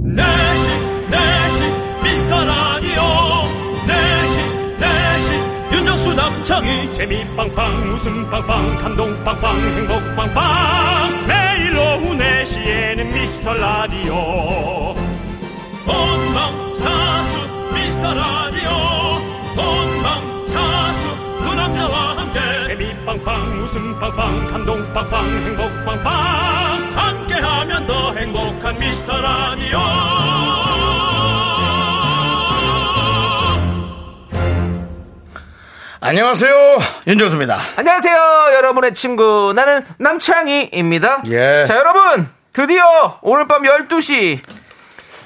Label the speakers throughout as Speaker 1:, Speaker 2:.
Speaker 1: 내식 내식 미스터라디오 내식 내식 윤정수 남창희
Speaker 2: 재미 빵빵 웃음 빵빵 감동 빵빵 행복 빵빵 매일 오후 4시에는 미스터 라디오
Speaker 1: 본방사수 미스터라디오 본방사수 그 남자와 함께
Speaker 2: 재미 빵빵 웃음 빵빵 감동 빵빵 행복 빵빵
Speaker 1: 함께하면 더 행복한 미스터라디오
Speaker 3: 안녕하세요. 윤정수입니다.
Speaker 4: 안녕하세요, 여러분의 친구. 나는 남창희입니다.
Speaker 3: 예.
Speaker 4: 자, 여러분. 드디어 오늘 밤 12시.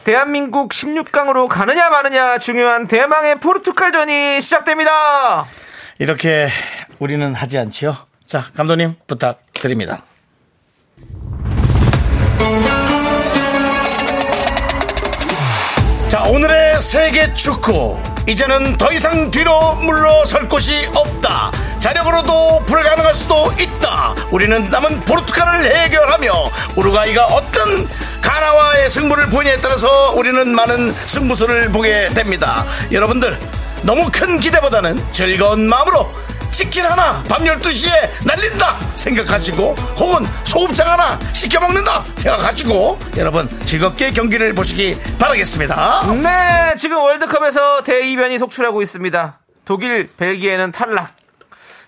Speaker 4: 대한민국 16강으로 가느냐 마느냐 중요한 대망의 포르투갈전이 시작됩니다.
Speaker 3: 이렇게 우리는 하지 않지요. 자, 감독님 부탁드립니다. 자, 오늘의 세계 축구. 이제는 더 이상 뒤로 물러설 곳이 없다. 자력으로도 불가능할 수도 있다. 우리는 남은 포르투갈을 해결하며 우루과이가 어떤 가나와의 승부를 보이냐에 따라서 우리는 많은 승부수를 보게 됩니다. 여러분들, 너무 큰 기대보다는 즐거운 마음으로 치킨 하나 밤 12시에 날린다 생각하시고 혹은 소곱창 하나 시켜 먹는다 생각하시고 여러분 즐겁게 경기를 보시기 바라겠습니다.
Speaker 4: 네, 지금 월드컵에서 대이변이 속출하고 있습니다. 독일, 벨기에는 탈락.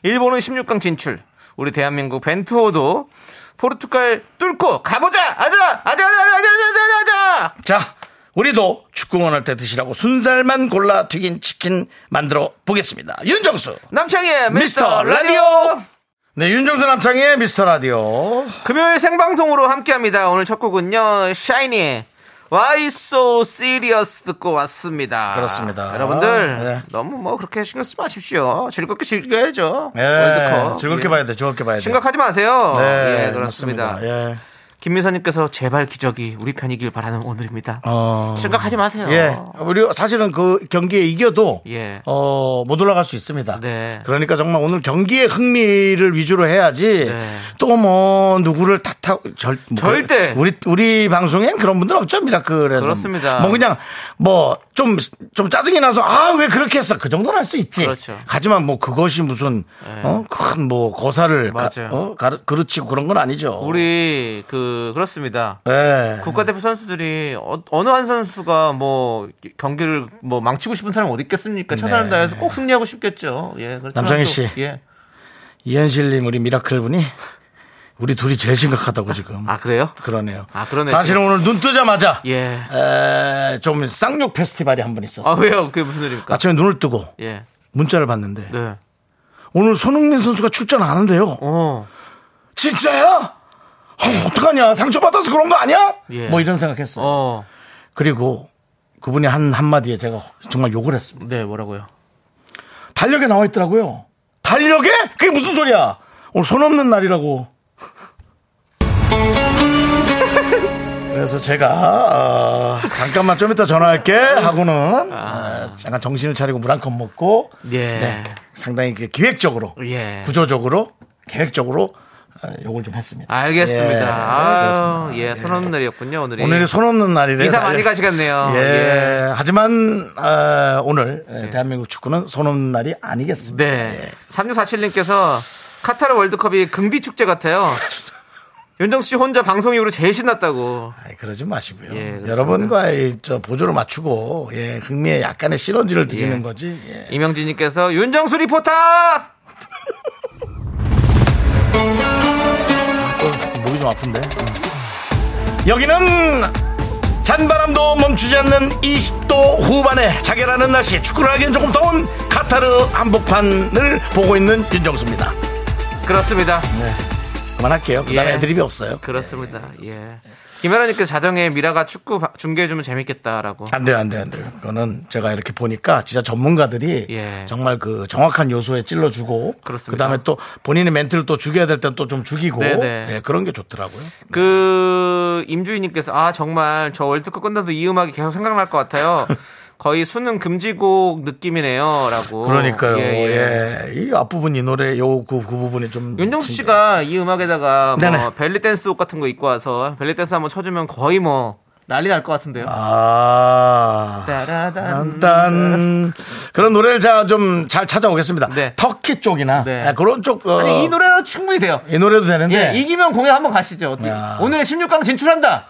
Speaker 4: 일본은 16강 진출. 우리 대한민국 벤투호도 포르투갈 뚫고 가보자! 아자! 아자! 아자! 아자! 아자! 아자! 아자!
Speaker 3: 자, 우리도 축구 원할 때 드시라고 순살만 골라 튀긴 치킨 만들어 보겠습니다. 윤정수.
Speaker 4: 남창희의
Speaker 3: 미스터
Speaker 4: 미스터
Speaker 3: 라디오.
Speaker 4: 라디오!
Speaker 3: 네, 윤정수 남창의 미스터 라디오.
Speaker 4: 금요일 생방송으로 함께합니다. 오늘 첫 곡은요, 샤이니의 Why So Serious 듣고 왔습니다.
Speaker 3: 그렇습니다.
Speaker 4: 여러분들,
Speaker 3: 네.
Speaker 4: 너무 뭐 그렇게 신경 쓰지 마십시오. 즐겁게 즐겨야죠.
Speaker 3: 예,
Speaker 4: 월드컵.
Speaker 3: 즐겁게
Speaker 4: 예.
Speaker 3: 봐야 돼, 즐겁게 봐야 돼.
Speaker 4: 심각하지 마세요.
Speaker 3: 네,
Speaker 4: 예, 그렇습니다.
Speaker 3: 맞습니다. 예.
Speaker 4: 김민서님께서 제발 기적이 우리 편이길 바라는 오늘입니다.
Speaker 3: 어.
Speaker 4: 심각하지 마세요.
Speaker 3: 예. 우리 사실은 그 경기에 이겨도
Speaker 4: 어. 예.
Speaker 3: 어, 못 올라갈 수 있습니다.
Speaker 4: 네.
Speaker 3: 그러니까 정말 오늘 경기의 흥미를 위주로 해야지
Speaker 4: 네.
Speaker 3: 또 뭐 누구를 탓하고 절, 뭐
Speaker 4: 절대.
Speaker 3: 우리 우리 방송엔 그런 분들 없죠. 미라클에서.
Speaker 4: 그렇습니다.
Speaker 3: 뭐 그냥 뭐 좀 좀 짜증이 나서 아 왜 그렇게 했어. 그 정도는 할 수 있지.
Speaker 4: 그렇죠. 네.
Speaker 3: 하지만 뭐 그것이 무슨 어? 큰 뭐 고사를 가,
Speaker 4: 맞아요.
Speaker 3: 어? 가르, 그르치고 그런 건 아니죠.
Speaker 4: 우리, 그, 그렇습니다.
Speaker 3: 예.
Speaker 4: 국가대표 선수들이 어, 어느 한 선수가 뭐 경기를 뭐 망치고 싶은 사람이 어디 있겠습니까? 최선을 다해서 꼭 승리하고 싶겠죠. 예, 그렇지만
Speaker 3: 네. 남창희
Speaker 4: 또-
Speaker 3: 씨.
Speaker 4: 예.
Speaker 3: 이현실님 우리 미라클 분이 우리 둘이 제일 심각하다고 지금.
Speaker 4: 아 그래요?
Speaker 3: 그러네요.
Speaker 4: 아, 그러네,
Speaker 3: 사실은 오늘 눈 뜨자마자
Speaker 4: 예.
Speaker 3: 에, 좀 쌍욕 페스티벌이 한 번 있었어요.
Speaker 4: 아 왜요? 그게 무슨 일입니까?
Speaker 3: 아침에 눈을 뜨고
Speaker 4: 예.
Speaker 3: 문자를 봤는데
Speaker 4: 네.
Speaker 3: 오늘 손흥민 선수가 출전 안 한대요.
Speaker 4: 어.
Speaker 3: 진짜야? 어, 어떡하냐? 상처받아서 그런 거 아니야?
Speaker 4: 예.
Speaker 3: 뭐 이런 생각했어요.
Speaker 4: 어.
Speaker 3: 그리고 그분이 한 한마디에 제가 정말 욕을 했습니다.
Speaker 4: 네, 뭐라고요?
Speaker 3: 달력에 나와 있더라고요. 달력에? 그게 무슨 소리야? 오늘 손 없는 날이라고. 그래서 제가 어, 잠깐만 좀 이따 전화할게 하고는 어, 잠깐 정신을 차리고 물 한 컵 먹고
Speaker 4: 예.
Speaker 3: 네, 상당히 그 기획적으로
Speaker 4: 예.
Speaker 3: 구조적으로 계획적으로 어, 욕을 좀 했습니다.
Speaker 4: 알겠습니다.
Speaker 3: 예,
Speaker 4: 아,
Speaker 3: 그렇습니다.
Speaker 4: 예, 손 없는 날이었군요, 오늘이.
Speaker 3: 오늘이 손 없는 날이래요.
Speaker 4: 네. 이사
Speaker 3: 달력.
Speaker 4: 많이 가시겠네요.
Speaker 3: 예.
Speaker 4: 예.
Speaker 3: 하지만 어, 오늘 예, 대한민국 축구는 손 없는 날이 아니겠습니다. 예.
Speaker 4: 네. 3647님께서 카타르 월드컵이 금비 축제 같아요. 윤정수 씨 혼자 방송 이후로 제일 신났다고.
Speaker 3: 아이, 그러지 마시고요.
Speaker 4: 예, 그렇습니다.
Speaker 3: 여러분과의 저 보조를 맞추고 예, 흥미에 약간의 시너지를 드리는
Speaker 4: 예.
Speaker 3: 거지. 예.
Speaker 4: 이명진님께서 윤정수 리포터!
Speaker 3: 어, 목이 좀 아픈데. 음. 여기는 잔바람도 멈추지 않는 20도 후반에 자결하는 날씨 축구를 하기엔 조금 더운 카타르 한복판을 보고 있는 윤정수입니다.
Speaker 4: 그렇습니다.
Speaker 3: 네. 그만할게요. 그다음에
Speaker 4: 예.
Speaker 3: 애드립이 없어요.
Speaker 4: 그렇습니다. 예. 김혜라님께서 자정에 미라가 축구 바- 중계해주면 재밌겠다라고.
Speaker 3: 안 돼요, 안 돼요, 안 돼요. 그거는 제가 이렇게 보니까 진짜 전문가들이
Speaker 4: 예.
Speaker 3: 정말 그 정확한 요소에 찔러주고
Speaker 4: 그렇습니다.
Speaker 3: 다음에또 본인의 멘트를 또 죽여야 될 때 또 좀 죽이고
Speaker 4: 네네.
Speaker 3: 예, 그런 게 좋더라고요.
Speaker 4: 그, 임주희님께서, 아, 정말 저 월드컵 끝나도 이 음악이 계속 생각날 것 같아요. 거의 수능 금지곡 느낌이네요. 라고.
Speaker 3: 그러니까요.
Speaker 4: 예, 예.
Speaker 3: 예. 이 앞부분 이 노래 요 그 그 부분이 좀
Speaker 4: 윤정수 씨가 이 음악에다가
Speaker 3: 네네.
Speaker 4: 뭐 벨리 댄스 옷 같은 거 입고 와서 벨리 댄스 한번 쳐주면 거의 뭐 난리 날 것 같은데요.
Speaker 3: 아.
Speaker 4: 따라단.
Speaker 3: 딴 그런 노래를 제가 좀 잘 찾아오겠습니다.
Speaker 4: 네.
Speaker 3: 터키 쪽이나
Speaker 4: 네.
Speaker 3: 그런 쪽. 어,
Speaker 4: 아니, 이 노래로 충분히 돼요.
Speaker 3: 이 노래도 되는데
Speaker 4: 예, 이기면 공연 한번 가시죠. 어떻게?
Speaker 3: 네. 야.
Speaker 4: 오늘 16강 진출한다.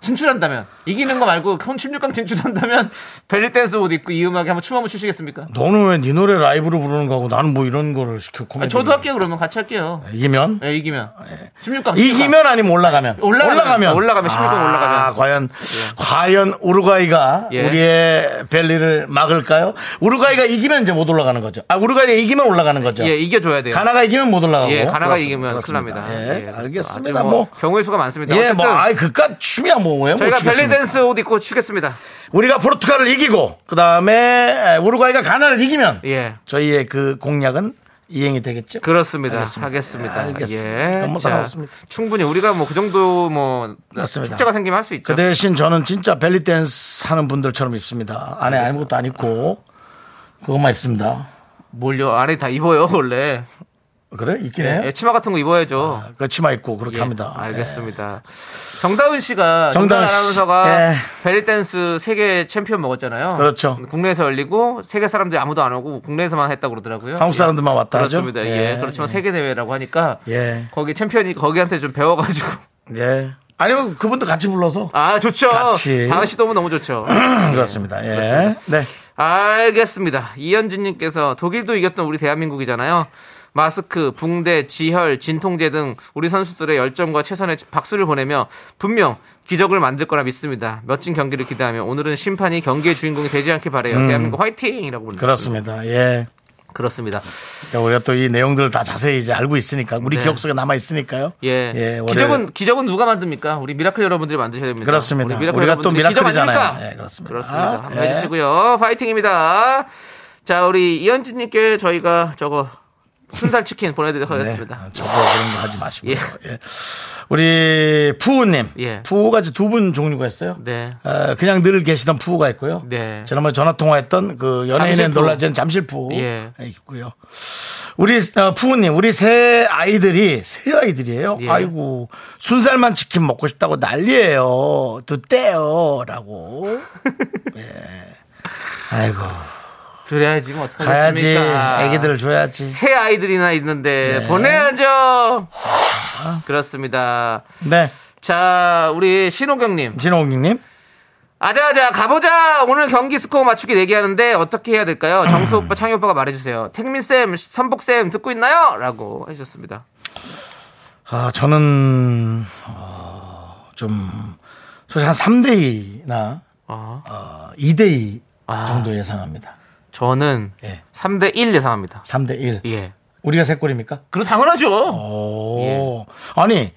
Speaker 4: 진출한다면 이기는 거 말고 혼 16강 진출한다면 벨리 댄스 옷 입고 이 음악에 한번 춤 한번 추시겠습니까?
Speaker 3: 너는 왜 네 노래 라이브로 부르는 거고 나는 뭐 이런 거를 시켜
Speaker 4: 아,
Speaker 3: 코미디.
Speaker 4: 저도 할게요. 그러면 같이 할게요.
Speaker 3: 이기면
Speaker 4: 예, 이기면 16강
Speaker 3: 이기면 아니면 올라가면
Speaker 4: 네. 올라가면. 올라가면, 16강
Speaker 3: 아,
Speaker 4: 올라가면.
Speaker 3: 과연 과연 우루과이가
Speaker 4: 예.
Speaker 3: 우리의 벨리를 막을까요? 우루과이가 이기면 이제 못 올라가는 거죠. 아 우루과이가 이기면 올라가는 거죠.
Speaker 4: 예, 이겨줘야 돼요.
Speaker 3: 그렇죠. 가나가 이기면 못 올라가고.
Speaker 4: 예, 가나가
Speaker 3: 그렇습니다.
Speaker 4: 이기면 큰일
Speaker 3: 그렇습니다.
Speaker 4: 납니다.
Speaker 3: 예,
Speaker 4: 그래서
Speaker 3: 알겠습니다.
Speaker 4: 아주
Speaker 3: 뭐
Speaker 4: 경우의 수가 많습니다.
Speaker 3: 예,
Speaker 4: 어쨌든
Speaker 3: 뭐, 아이, 그깟 춤이야, 뭐, 왜못
Speaker 4: 저희가 벨리
Speaker 3: 추겠습니까?
Speaker 4: 댄스 옷 입고 추겠습니다.
Speaker 3: 우리가 포르투갈을 이기고, 그 다음에, 우루과이가 가나를 이기면,
Speaker 4: 예.
Speaker 3: 저희의 그 공약은 이행이 되겠죠?
Speaker 4: 그렇습니다.
Speaker 3: 알겠습니다.
Speaker 4: 하겠습니다.
Speaker 3: 예, 알겠습니다.
Speaker 4: 예.
Speaker 3: 그건 뭐
Speaker 4: 자,
Speaker 3: 상관없습니다.
Speaker 4: 충분히 우리가 뭐 그 정도 뭐
Speaker 3: 그렇습니다.
Speaker 4: 축제가 생기면 할 수 있죠.
Speaker 3: 그 대신 저는 진짜 벨리댄스 하는 분들처럼 입습니다. 안에 아무것도 안 입고, 그것만 입습니다.
Speaker 4: 뭘요? 안에 다 입어요, 원래.
Speaker 3: 그래? 입긴 해요?
Speaker 4: 예, 치마 같은 거 입어야죠.
Speaker 3: 그 치마 입고, 그렇게
Speaker 4: 예,
Speaker 3: 합니다.
Speaker 4: 알겠습니다. 정다은 씨가 정다은
Speaker 3: 정다은 씨.
Speaker 4: 아나운서가
Speaker 3: 예.
Speaker 4: 베리댄스 세계 챔피언 먹었잖아요.
Speaker 3: 그렇죠.
Speaker 4: 국내에서 열리고 세계 사람들이 아무도 안 오고 국내에서만 했다고 그러더라고요. 예.
Speaker 3: 한국 사람들만 왔다 하죠?
Speaker 4: 그렇습니다. 예.
Speaker 3: 예.
Speaker 4: 그렇지만 세계 대회라고 하니까
Speaker 3: 예.
Speaker 4: 거기 챔피언이 거기한테 좀 배워 가지고
Speaker 3: 예. 예. 아니면 그분도 같이 불러서.
Speaker 4: 아, 좋죠.
Speaker 3: 같이.
Speaker 4: 다은 씨도 오면 너무 좋죠.
Speaker 3: 그렇습니다. 예. 네.
Speaker 4: 알겠습니다. 이현진님께서 독일도 이겼던 우리 대한민국이잖아요. 마스크, 붕대, 지혈, 진통제 등 우리 선수들의 열정과 최선의 박수를 보내며 분명 기적을 만들 거라 믿습니다. 멋진 경기를 기대하며 오늘은 심판이 경기의 주인공이 되지 않길 바래요. 대한민국 화이팅이라고 보내
Speaker 3: 음.
Speaker 4: 니다
Speaker 3: 그렇습니다. 예.
Speaker 4: 그렇습니다.
Speaker 3: 그러니까 우리가 또 이 내용들을 다 자세히 이제 알고 있으니까 우리
Speaker 4: 네.
Speaker 3: 기억 속에 남아 있으니까요.
Speaker 4: 예. 기적은 기적은 누가 만듭니까? 우리 미라클 여러분들이 만드셔야 됩니다.
Speaker 3: 그렇습니다.
Speaker 4: 우리 미라클
Speaker 3: 우리가 또
Speaker 4: 여러분들이 기적
Speaker 3: 미라클이잖아요.
Speaker 4: 아닙니까?
Speaker 3: 예, 그렇습니다.
Speaker 4: 그렇습니다.
Speaker 3: 아,
Speaker 4: 한번
Speaker 3: 예.
Speaker 4: 해주시고요. 파이팅입니다. 자, 우리 이현진님께 저희가 저거 순살 치킨 보내드리도록
Speaker 3: 네.
Speaker 4: 하겠습니다.
Speaker 3: 저거 그런 거 하지 마시고요.
Speaker 4: 예.
Speaker 3: 예. 우리 푸우님,
Speaker 4: 예.
Speaker 3: 푸우가 두 분 종류가 있어요.
Speaker 4: 네.
Speaker 3: 어, 그냥 늘 계시던 푸우가 있고요.
Speaker 4: 네.
Speaker 3: 지난번에 전화 통화했던 그 연예인의
Speaker 4: 잠실 푸우.
Speaker 3: 놀라진 잠실 푸우 아,
Speaker 4: 예.
Speaker 3: 있고요. 우리 어, 푸우님, 우리 세 아이들이 세 아이들이에요.
Speaker 4: 예.
Speaker 3: 아이고 순살만 치킨 먹고 싶다고 난리예요. 두떼요라고. 예. 아이고
Speaker 4: 드려야지 뭐
Speaker 3: 가야지
Speaker 4: 어떡하겠습니까?
Speaker 3: 아기들 네. 줘야지.
Speaker 4: 새 아이들이나 있는데 보내야죠. 그렇습니다.
Speaker 3: 네,
Speaker 4: 자, 우리 신호경님.
Speaker 3: 진호욱님.
Speaker 4: 아자아자 가보자 오늘 경기 스코어 맞추기 내기하는데 어떻게 해야 될까요 정수 오빠 창희 오빠가 말해주세요 택민쌤 선복쌤 듣고 있나요 라고 하셨습니다
Speaker 3: 아, 저는, 어, 좀, 솔직히 한 3대2나,
Speaker 4: 아,
Speaker 3: 어, 2대2
Speaker 4: 아.
Speaker 3: 정도 예상합니다.
Speaker 4: 저는
Speaker 3: 예.
Speaker 4: 3대1 예상합니다
Speaker 3: 3대1.
Speaker 4: 예
Speaker 3: 우리가 세 골입니까? 어,
Speaker 4: 그거 당연하죠 예.
Speaker 3: 오. 아니,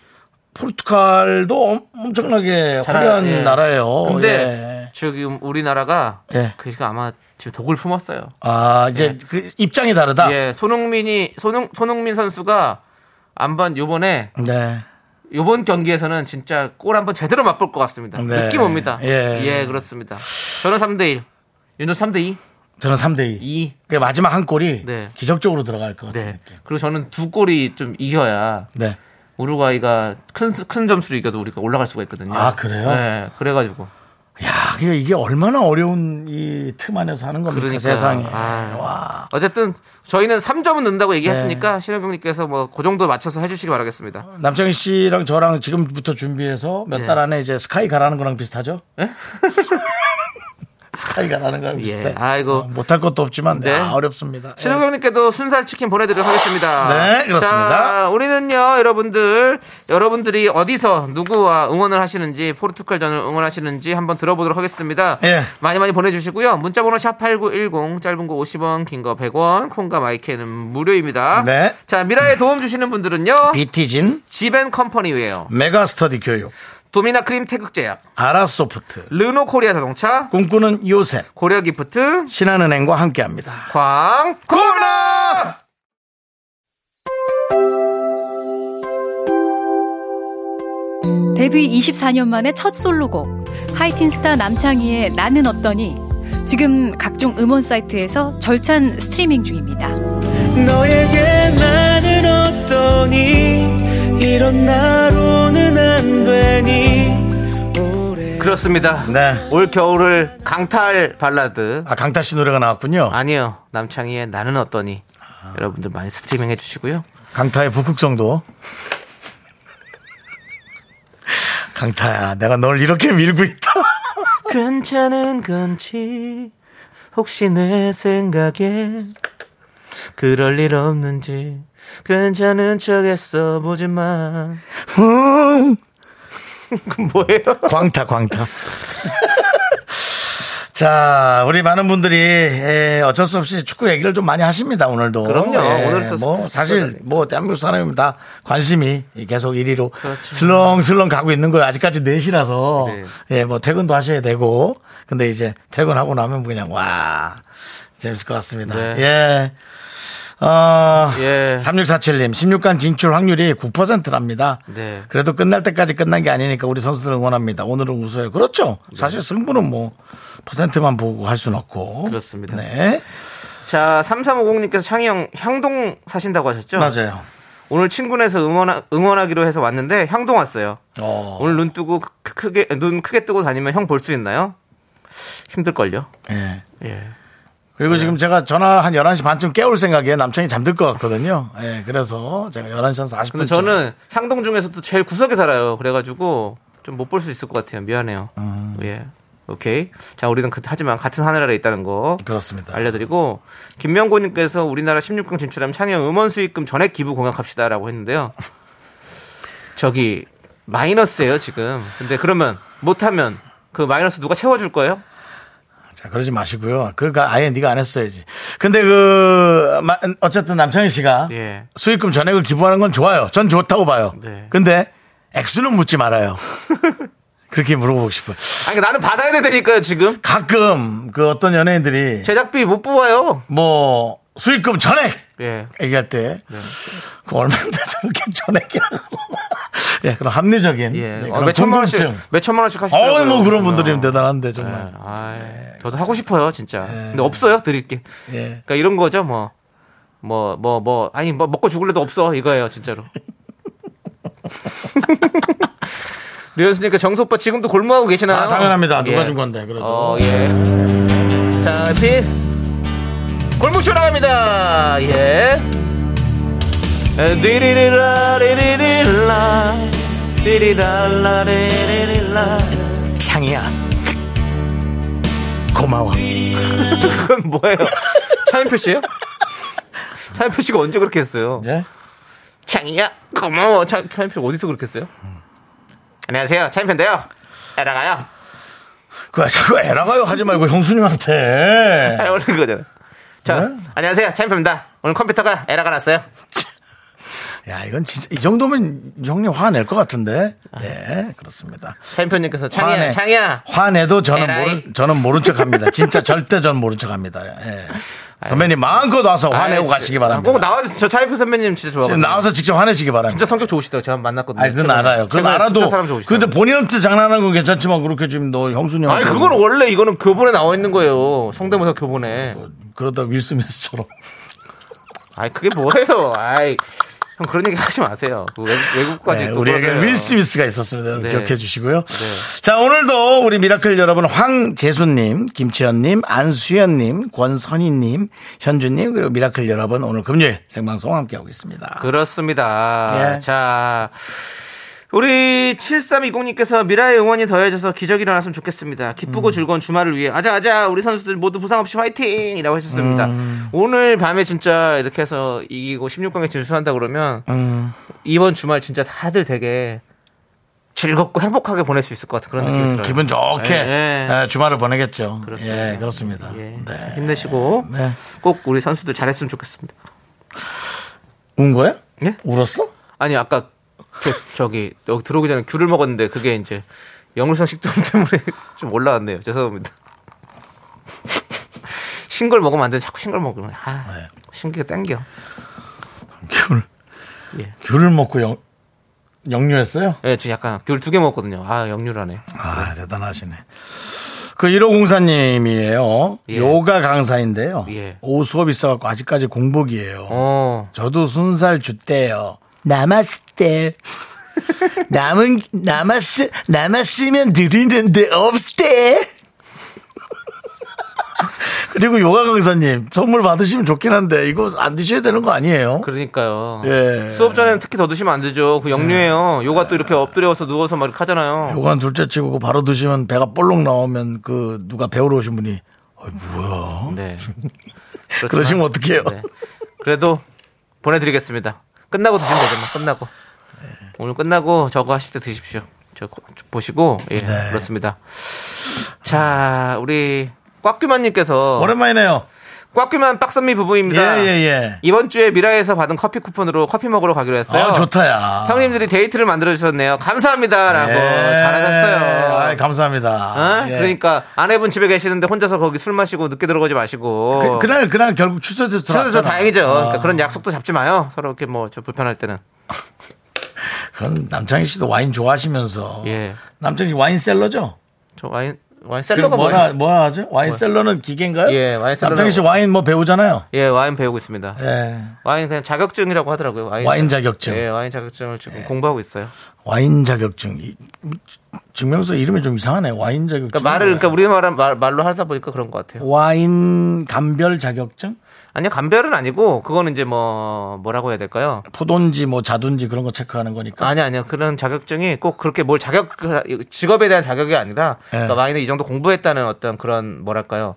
Speaker 3: 포르투갈도 엄- 엄청나게
Speaker 4: 잘-
Speaker 3: 화려한
Speaker 4: 예.
Speaker 3: 나라예요.
Speaker 4: 근데
Speaker 3: 예.
Speaker 4: 지금 우리나라가
Speaker 3: 예.
Speaker 4: 그 시간 아마 지금 독을 품었어요
Speaker 3: 아, 이제 그 입장이 다르다?
Speaker 4: 예 손흥민이 손흥, 손흥민 선수가 안반 요번에
Speaker 3: 네.
Speaker 4: 요번 경기에서는 진짜 골 한번 제대로 맛볼 것 같습니다
Speaker 3: 네.
Speaker 4: 느낌 옵니다
Speaker 3: 예.
Speaker 4: 예 그렇습니다 저는 3대1 윤호 3대2
Speaker 3: 저는 3대2.
Speaker 4: 2
Speaker 3: 그 마지막 한 골이
Speaker 4: 네.
Speaker 3: 기적적으로 들어갈 것 같은
Speaker 4: 네.
Speaker 3: 느낌.
Speaker 4: 그리고 저는 두 골이 좀 이겨야
Speaker 3: 네.
Speaker 4: 우루과이가 큰, 큰 점수로 이겨도 우리가 올라갈 수가 있거든요.
Speaker 3: 아, 그래요?
Speaker 4: 네. 그래가지고.
Speaker 3: 야, 그게 이게 얼마나 어려운 이 틈 안에서 하는 겁니까?
Speaker 4: 그러니까요.
Speaker 3: 세상에.
Speaker 4: 아유.
Speaker 3: 와.
Speaker 4: 어쨌든 저희는 3점은 넣는다고
Speaker 3: 네.
Speaker 4: 얘기했으니까 신혜경님께서 뭐 그 정도 맞춰서 해주시기 바라겠습니다.
Speaker 3: 남창희 씨랑 저랑 지금부터 준비해서 몇
Speaker 4: 네.
Speaker 3: 달 안에 이제 스카이 가라는 거랑 비슷하죠?
Speaker 4: 예?
Speaker 3: 스카이 가라는 거랑 비슷해.
Speaker 4: 아이고.
Speaker 3: 어, 못할 것도 없지만
Speaker 4: 네.
Speaker 3: 아, 어렵습니다. 예.
Speaker 4: 신혜경님께도 순살 치킨 보내드리도록 하겠습니다.
Speaker 3: 네, 그렇습니다.
Speaker 4: 자, 우리는요, 여러분들, 여러분들이 어디서 누구와 응원을 하시는지, 포르투갈전을 응원하시는지 한번 들어보도록 하겠습니다.
Speaker 3: 예.
Speaker 4: 많이 많이 보내주시고요. 문자번호 샵8910, 짧은 거 50원, 긴 거 100원, 콩과 마이크는 무료입니다.
Speaker 3: 네.
Speaker 4: 자, 미라에 도움 주시는 분들은요,
Speaker 3: 비티진,
Speaker 4: 지벤컴퍼니웨어,
Speaker 3: 메가스터디 교육,
Speaker 4: 도미나 크림 태극제약,
Speaker 3: 아라소프트,
Speaker 4: 르노 코리아 자동차,
Speaker 3: 꿈꾸는 요셉,
Speaker 4: 고려 기프트,
Speaker 3: 신한은행과 함께합니다.
Speaker 4: 광,
Speaker 3: 코너!
Speaker 5: 데뷔 24년 만에 첫 솔로곡 하이틴 스타 남창희의 나는 어떠니 지금 각종 음원 사이트에서 절찬 스트리밍 중입니다.
Speaker 6: 너에게 나는 어떠니 이런 날 오는 안 되니 오래
Speaker 4: 그렇습니다.
Speaker 3: 네.
Speaker 4: 올 겨울을 강탈 발라드
Speaker 3: 아, 강타 씨 노래가 나왔군요.
Speaker 4: 아니요 남창희의 나는 어떠니 여러분들 많이 스트리밍 해주시고요.
Speaker 3: 강타의 북극성도. 강타야, 내가 널 이렇게 밀고 있다.
Speaker 4: 괜찮은 건지 혹시 내 생각에 그럴 일 없는지 괜찮은 척했어 보지만 뭐예요?
Speaker 3: 광타, 광타. 자, 우리 많은 분들이 예, 어쩔 수 없이 축구 얘기를 좀 많이 하십니다, 오늘도.
Speaker 4: 그럼요,
Speaker 3: 예,
Speaker 4: 오늘도
Speaker 3: 뭐, 사실, 뭐, 대한민국 사람이면 다 관심이 계속 1위로
Speaker 4: 그렇죠.
Speaker 3: 슬렁슬렁 가고 있는 거예요. 아직까지 4시라서.
Speaker 4: 네.
Speaker 3: 예, 뭐, 퇴근도 하셔야 되고. 근데 이제 퇴근하고 나면 그냥, 와, 재밌을 것 같습니다.
Speaker 4: 네.
Speaker 3: 예. 어,
Speaker 4: 예.
Speaker 3: 3647님, 16강 진출 확률이 9%랍니다.
Speaker 4: 네.
Speaker 3: 그래도 끝날 때까지 끝난 게 아니니까 우리 선수들 응원합니다. 오늘은 우승해요. 그렇죠.
Speaker 4: 네.
Speaker 3: 사실 승부는 뭐 퍼센트만 보고 할 수는 없고.
Speaker 4: 그렇습니다.
Speaker 3: 네.
Speaker 4: 자 3350님께서 창희형 향동 사신다고 하셨죠?
Speaker 3: 맞아요.
Speaker 4: 오늘 친구네서 응원하, 응원하기로 해서 왔는데 향동 왔어요.
Speaker 3: 어.
Speaker 4: 오늘 눈 뜨고 크- 크게 눈 크게 뜨고 다니면 형 볼 수 있나요? 힘들걸요.
Speaker 3: 예.
Speaker 4: 예.
Speaker 3: 그리고 지금 제가 전화 한 11시 반쯤 깨울 생각에 남창이 잠들 것 같거든요. 예. 그래서 제가 11시 한 40분.
Speaker 4: 근데 저는 향동 중에서도 제일 구석에 살아요. 그래가지고 좀 못 볼 수 있을 것 같아요. 미안해요.
Speaker 3: 음.
Speaker 4: 예. 오케이. 자, 우리는 그, 하지만 같은 하늘 아래 있다는 거
Speaker 3: 그렇습니다.
Speaker 4: 알려드리고 김명곤님께서 우리나라 16강 진출하면 창영 음원 수익금 전액 기부 공약합시다라고 했는데요. 저기 마이너스예요 지금. 근데 그러면 못하면 그 마이너스 누가 채워줄 거예요?
Speaker 3: 자, 그러지 마시고요. 그러니까 아예 네가 안 했어야지. 근데 그 마- 어쨌든 남창희 씨가
Speaker 4: 예.
Speaker 3: 수익금 전액을 기부하는 건 좋아요. 전 좋다고 봐요.
Speaker 4: 네.
Speaker 3: 근데 액수는 묻지 말아요. 그렇게 물어보고 싶어요.
Speaker 4: 아니 나는 받아야 된다니까요 지금.
Speaker 3: 가끔 그 어떤 연예인들이
Speaker 4: 제작비 못 뽑아요.
Speaker 3: 뭐 수익금 전액
Speaker 4: 예.
Speaker 3: 얘기할 때 그 얼마인데 저렇게 전액이라고 예, 그런 합리적인
Speaker 4: 예.
Speaker 3: 네,
Speaker 4: 어,
Speaker 3: 그런
Speaker 4: 몇 천만 원씩
Speaker 3: 궁금증.
Speaker 4: 몇 천만 원씩 하시죠.
Speaker 3: 어이 뭐 그런 분들이면 대단한데 네, 정말.
Speaker 4: 아, 저도 하고 싶어요, 진짜. 근데 없어요, 드릴게.
Speaker 3: 예.
Speaker 4: 그러니까 이런 거죠, 뭐. 뭐, 뭐, 뭐. 아니, 뭐, 먹고 죽을래도 없어. 이거예요, 진짜로. 류현수니까 정수 오빠 지금도 골무하고 계시나요?
Speaker 3: 아, 당연합니다. 누가 준 건데, 그래도.
Speaker 4: 어, 예. 자, 피. 골무쇼 나갑니다. 예. 리리리라, 리리리라. 리리랄라, 리리리라.
Speaker 3: 창이야. 고마워.
Speaker 4: 그건 뭐예요? 차인표 씨예요? 차인표 씨가 언제 그렇게 했어요?
Speaker 3: 예?
Speaker 4: 창이야 고마워. 차, 차인표 어디서 그렇게 했어요? 안녕하세요. 차인표인데요. 에라가요.
Speaker 3: 네. 그 자꾸 에라가요 하지 말고 형수님한테.
Speaker 4: 잘 어울리는 거잖아요. 자,
Speaker 3: 네?
Speaker 4: 안녕하세요. 차인표입니다. 오늘 컴퓨터가 에라가 났어요.
Speaker 3: 야, 이건 진짜 이 정도면 형님 화낼 것 같은데. 예, 그렇습니다.
Speaker 4: 차인표님께서
Speaker 3: 화내.
Speaker 4: 창이야, 창이야.
Speaker 3: 화내도 저는
Speaker 4: 에라이.
Speaker 3: 모른, 저는 모른 척 합니다. 진짜 절대 저는 모른 척 합니다. 예. 선배님 마음껏 와서 화내고
Speaker 4: 아이, 예,
Speaker 3: 가시기
Speaker 4: 꼭
Speaker 3: 바랍니다.
Speaker 4: 나와주세요. 저 차인표 선배님 진짜
Speaker 3: 지금
Speaker 4: 좋아하거든요.
Speaker 3: 나와서 직접 화내시기 바랍니다.
Speaker 4: 진짜 성격 좋으시더라고요. 제가 만났거든요.
Speaker 3: 아니, 그건
Speaker 4: 최근에.
Speaker 3: 알아요. 그건
Speaker 4: 최근에 진짜
Speaker 3: 알아도.
Speaker 4: 사람 좋으시더라고요.
Speaker 3: 근데 본인한테 장난하는 건 괜찮지만 그렇게 지금 너 형수님.
Speaker 4: 아니, 그건 원래 이거는 교본에 나와 있는 거예요. 성대모사 교본에.
Speaker 3: 그러다 윌스미스처럼.
Speaker 4: 아이 그게 뭐예요? 아이 형 그런 얘기 하지 마세요. 그 외국- 외국까지
Speaker 3: 네,
Speaker 4: 또
Speaker 3: 우리에게
Speaker 4: 그러세요.
Speaker 3: 윌스미스가 있었습니다. 여러분
Speaker 4: 네.
Speaker 3: 기억해 주시고요. 자, 오늘도 우리 미라클 여러분 황재수님, 김치현님, 안수현님, 권선희님, 현주님, 그리고 미라클 여러분 오늘 금요일 생방송 함께하고 있습니다.
Speaker 4: 그- 그렇습니다.
Speaker 3: 예.
Speaker 4: 자 우리 7320님께서 미라의 응원이 더해져서 기적이 일어났으면 좋겠습니다. 기쁘고
Speaker 3: 음.
Speaker 4: 즐거운 주말을 위해 아자 아자 우리 선수들 모두 부상 없이 화이팅이라고 하셨습니다.
Speaker 3: 음.
Speaker 4: 오늘 밤에 진짜 이렇게 해서 이기고 16강에 진출한다 그러면
Speaker 3: 음,
Speaker 4: 이번 주말 진짜 다들 되게 즐겁고 행복하게 보낼 수 있을 것 같은 그런 느낌이
Speaker 3: 음,
Speaker 4: 들어요.
Speaker 3: 기분 좋게
Speaker 4: 예, 예.
Speaker 3: 예, 주말을 보내겠죠.
Speaker 4: 그렇습니다.
Speaker 3: 예, 그렇습니다.
Speaker 4: 예.
Speaker 3: 네.
Speaker 4: 힘내시고
Speaker 3: 네.
Speaker 4: 꼭 우리 선수들 잘했으면 좋겠습니다.
Speaker 3: 운 거야?
Speaker 4: 예?
Speaker 3: 울었어?
Speaker 4: 아니 아까 저, 기 여기 들어오기 전에 귤을 먹었는데 그게 이제 영울성 식도염 때문에 좀 올라왔네요. 죄송합니다. 신걸 먹으면 안 돼. 자꾸 신걸 먹으면 아 신기가 땡겨.
Speaker 3: 귤.
Speaker 4: 예.
Speaker 3: 귤을 먹고 영, 역류했어요?
Speaker 4: 예, 지금 약간 귤 두 개 먹었거든요. 아 역류라네.
Speaker 3: 아, 대단하시네. 그 1504님이에요.
Speaker 4: 예.
Speaker 3: 요가 강사인데요.
Speaker 4: 예.
Speaker 3: 오후 수업 있어갖고 아직까지 공복이에요.
Speaker 4: 어,
Speaker 3: 저도 순살 줬대요. 남았을 때. 남은 남았 남았으면 드리는데 없대. 그리고 요가 강사님 선물 받으시면 좋긴 한데 이거 안 드셔야 되는 거 아니에요?
Speaker 4: 그러니까요.
Speaker 3: 예.
Speaker 4: 수업 전에는 특히 더 드시면 안 되죠. 그 역류예요. 요가 또 이렇게 엎드려서 누워서 막 이렇게 하잖아요.
Speaker 3: 요건 둘째 치고 그거 바로 드시면 배가 볼록 나오면 그 누가 배우러 오신 분이 어이 뭐야
Speaker 4: 네. 그렇지만,
Speaker 3: 그러시면 어떡해요
Speaker 4: 네. 그래도 보내드리겠습니다. 끝나고 드시면 되죠. 뭐 끝나고 오늘 끝나고 저거 하실 때 드십시오. 저 고- 저 보시고 예
Speaker 3: 네.
Speaker 4: 그렇습니다. 자 우리 꽉규만님께서
Speaker 3: 오랜만이네요
Speaker 4: 꽉규만 빡선미 부부입니다.
Speaker 3: 예, 예, 예.
Speaker 4: 이번 주에 미라에서 받은 커피 쿠폰으로 커피 먹으러 가기로 했어요.
Speaker 3: 아 좋다야
Speaker 4: 형님들이 데이트를 만들어 주셨네요. 감사합니다라고
Speaker 3: 예.
Speaker 4: 잘하셨어요.
Speaker 3: 아이, 감사합니다
Speaker 4: 어?
Speaker 3: 예.
Speaker 4: 그러니까 아내분 집에 계시는데 혼자서 거기 술 마시고 늦게 들어가지 마시고.
Speaker 3: 그, 날 그날 결국 취소돼서
Speaker 4: 그래서
Speaker 3: 돌아왔잖아. 어.
Speaker 4: 다행이죠. 그러니까
Speaker 3: 아,
Speaker 4: 그런 약속도 잡지 마요. 서로 이렇게 뭐 저 불편할 때는.
Speaker 3: 그건 남창희 씨도 와인 좋아하시면서
Speaker 4: 예.
Speaker 3: 남창희 씨 와인 셀러죠?
Speaker 4: 저 와인 와인
Speaker 3: 그리고
Speaker 4: 셀러가
Speaker 3: 뭐라
Speaker 4: 뭐야?
Speaker 3: 뭐라 하죠? 와인 셀러는 기계인가요?
Speaker 4: 예, 와인 셀러라고.
Speaker 3: 남창희 씨 와인 뭐 배우잖아요.
Speaker 4: 예, 와인 배우고 있습니다.
Speaker 3: 예.
Speaker 4: 와인 그냥 자격증이라고 하더라고요. 와인,
Speaker 3: 와인 자격증. 네.
Speaker 4: 예, 와인 자격증을 지금 공부하고 있어요.
Speaker 3: 와인 자격증 이- 증명서 이름이 좀 이상하네. 와인 자격증.
Speaker 4: 그러니까 말을 그러니까 우리말 말, 말로 하다 보니까 그런 것 같아요.
Speaker 3: 와인 감별 자격증?
Speaker 4: 아니요, 감별은 아니고 그거는 이제 뭐 뭐라고 해야 될까요?
Speaker 3: 포도인지 뭐 자두인지 그런 거 체크하는 거니까.
Speaker 4: 아니 아니요 그런 자격증이 꼭 그렇게 뭘 자격 직업에 대한 자격이 아니라
Speaker 3: 예.
Speaker 4: 그러니까 와인을 이 정도 공부했다는 어떤 그런 뭐랄까요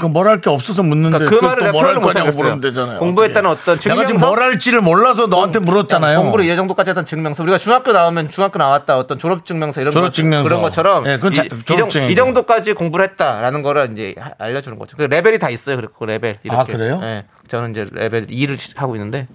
Speaker 3: 그 뭘 할 게 없어서 묻는데
Speaker 4: 그러니까 그 말을 내가
Speaker 3: 뭘할
Speaker 4: 표현을
Speaker 3: 거냐고
Speaker 4: 못하겠어요.
Speaker 3: 물으면 되잖아요.
Speaker 4: 공부했다는
Speaker 3: 어떻게.
Speaker 4: 어떤
Speaker 3: 내가 지금
Speaker 4: 증명서?
Speaker 3: 뭘 할지를 몰라서 너한테 물었잖아요.
Speaker 4: 공부를 이 정도까지 했던 증명서 우리가 중학교 나오면 중학교 나왔다 어떤 졸업증명서 이런
Speaker 3: 졸업증명서.
Speaker 4: 거, 그런 것처럼
Speaker 3: 예, 그건 자-
Speaker 4: 이- 이,
Speaker 3: 졸업증이죠.
Speaker 4: 정, 도까지 공부를 했다라는 거를 이제 하- 알려주는 거죠 그 레벨이 다 있어요 그리고 그 레벨 이렇게.
Speaker 3: 아, 그래요?
Speaker 4: 예, 저는 이제 레벨 2를 하고 있는데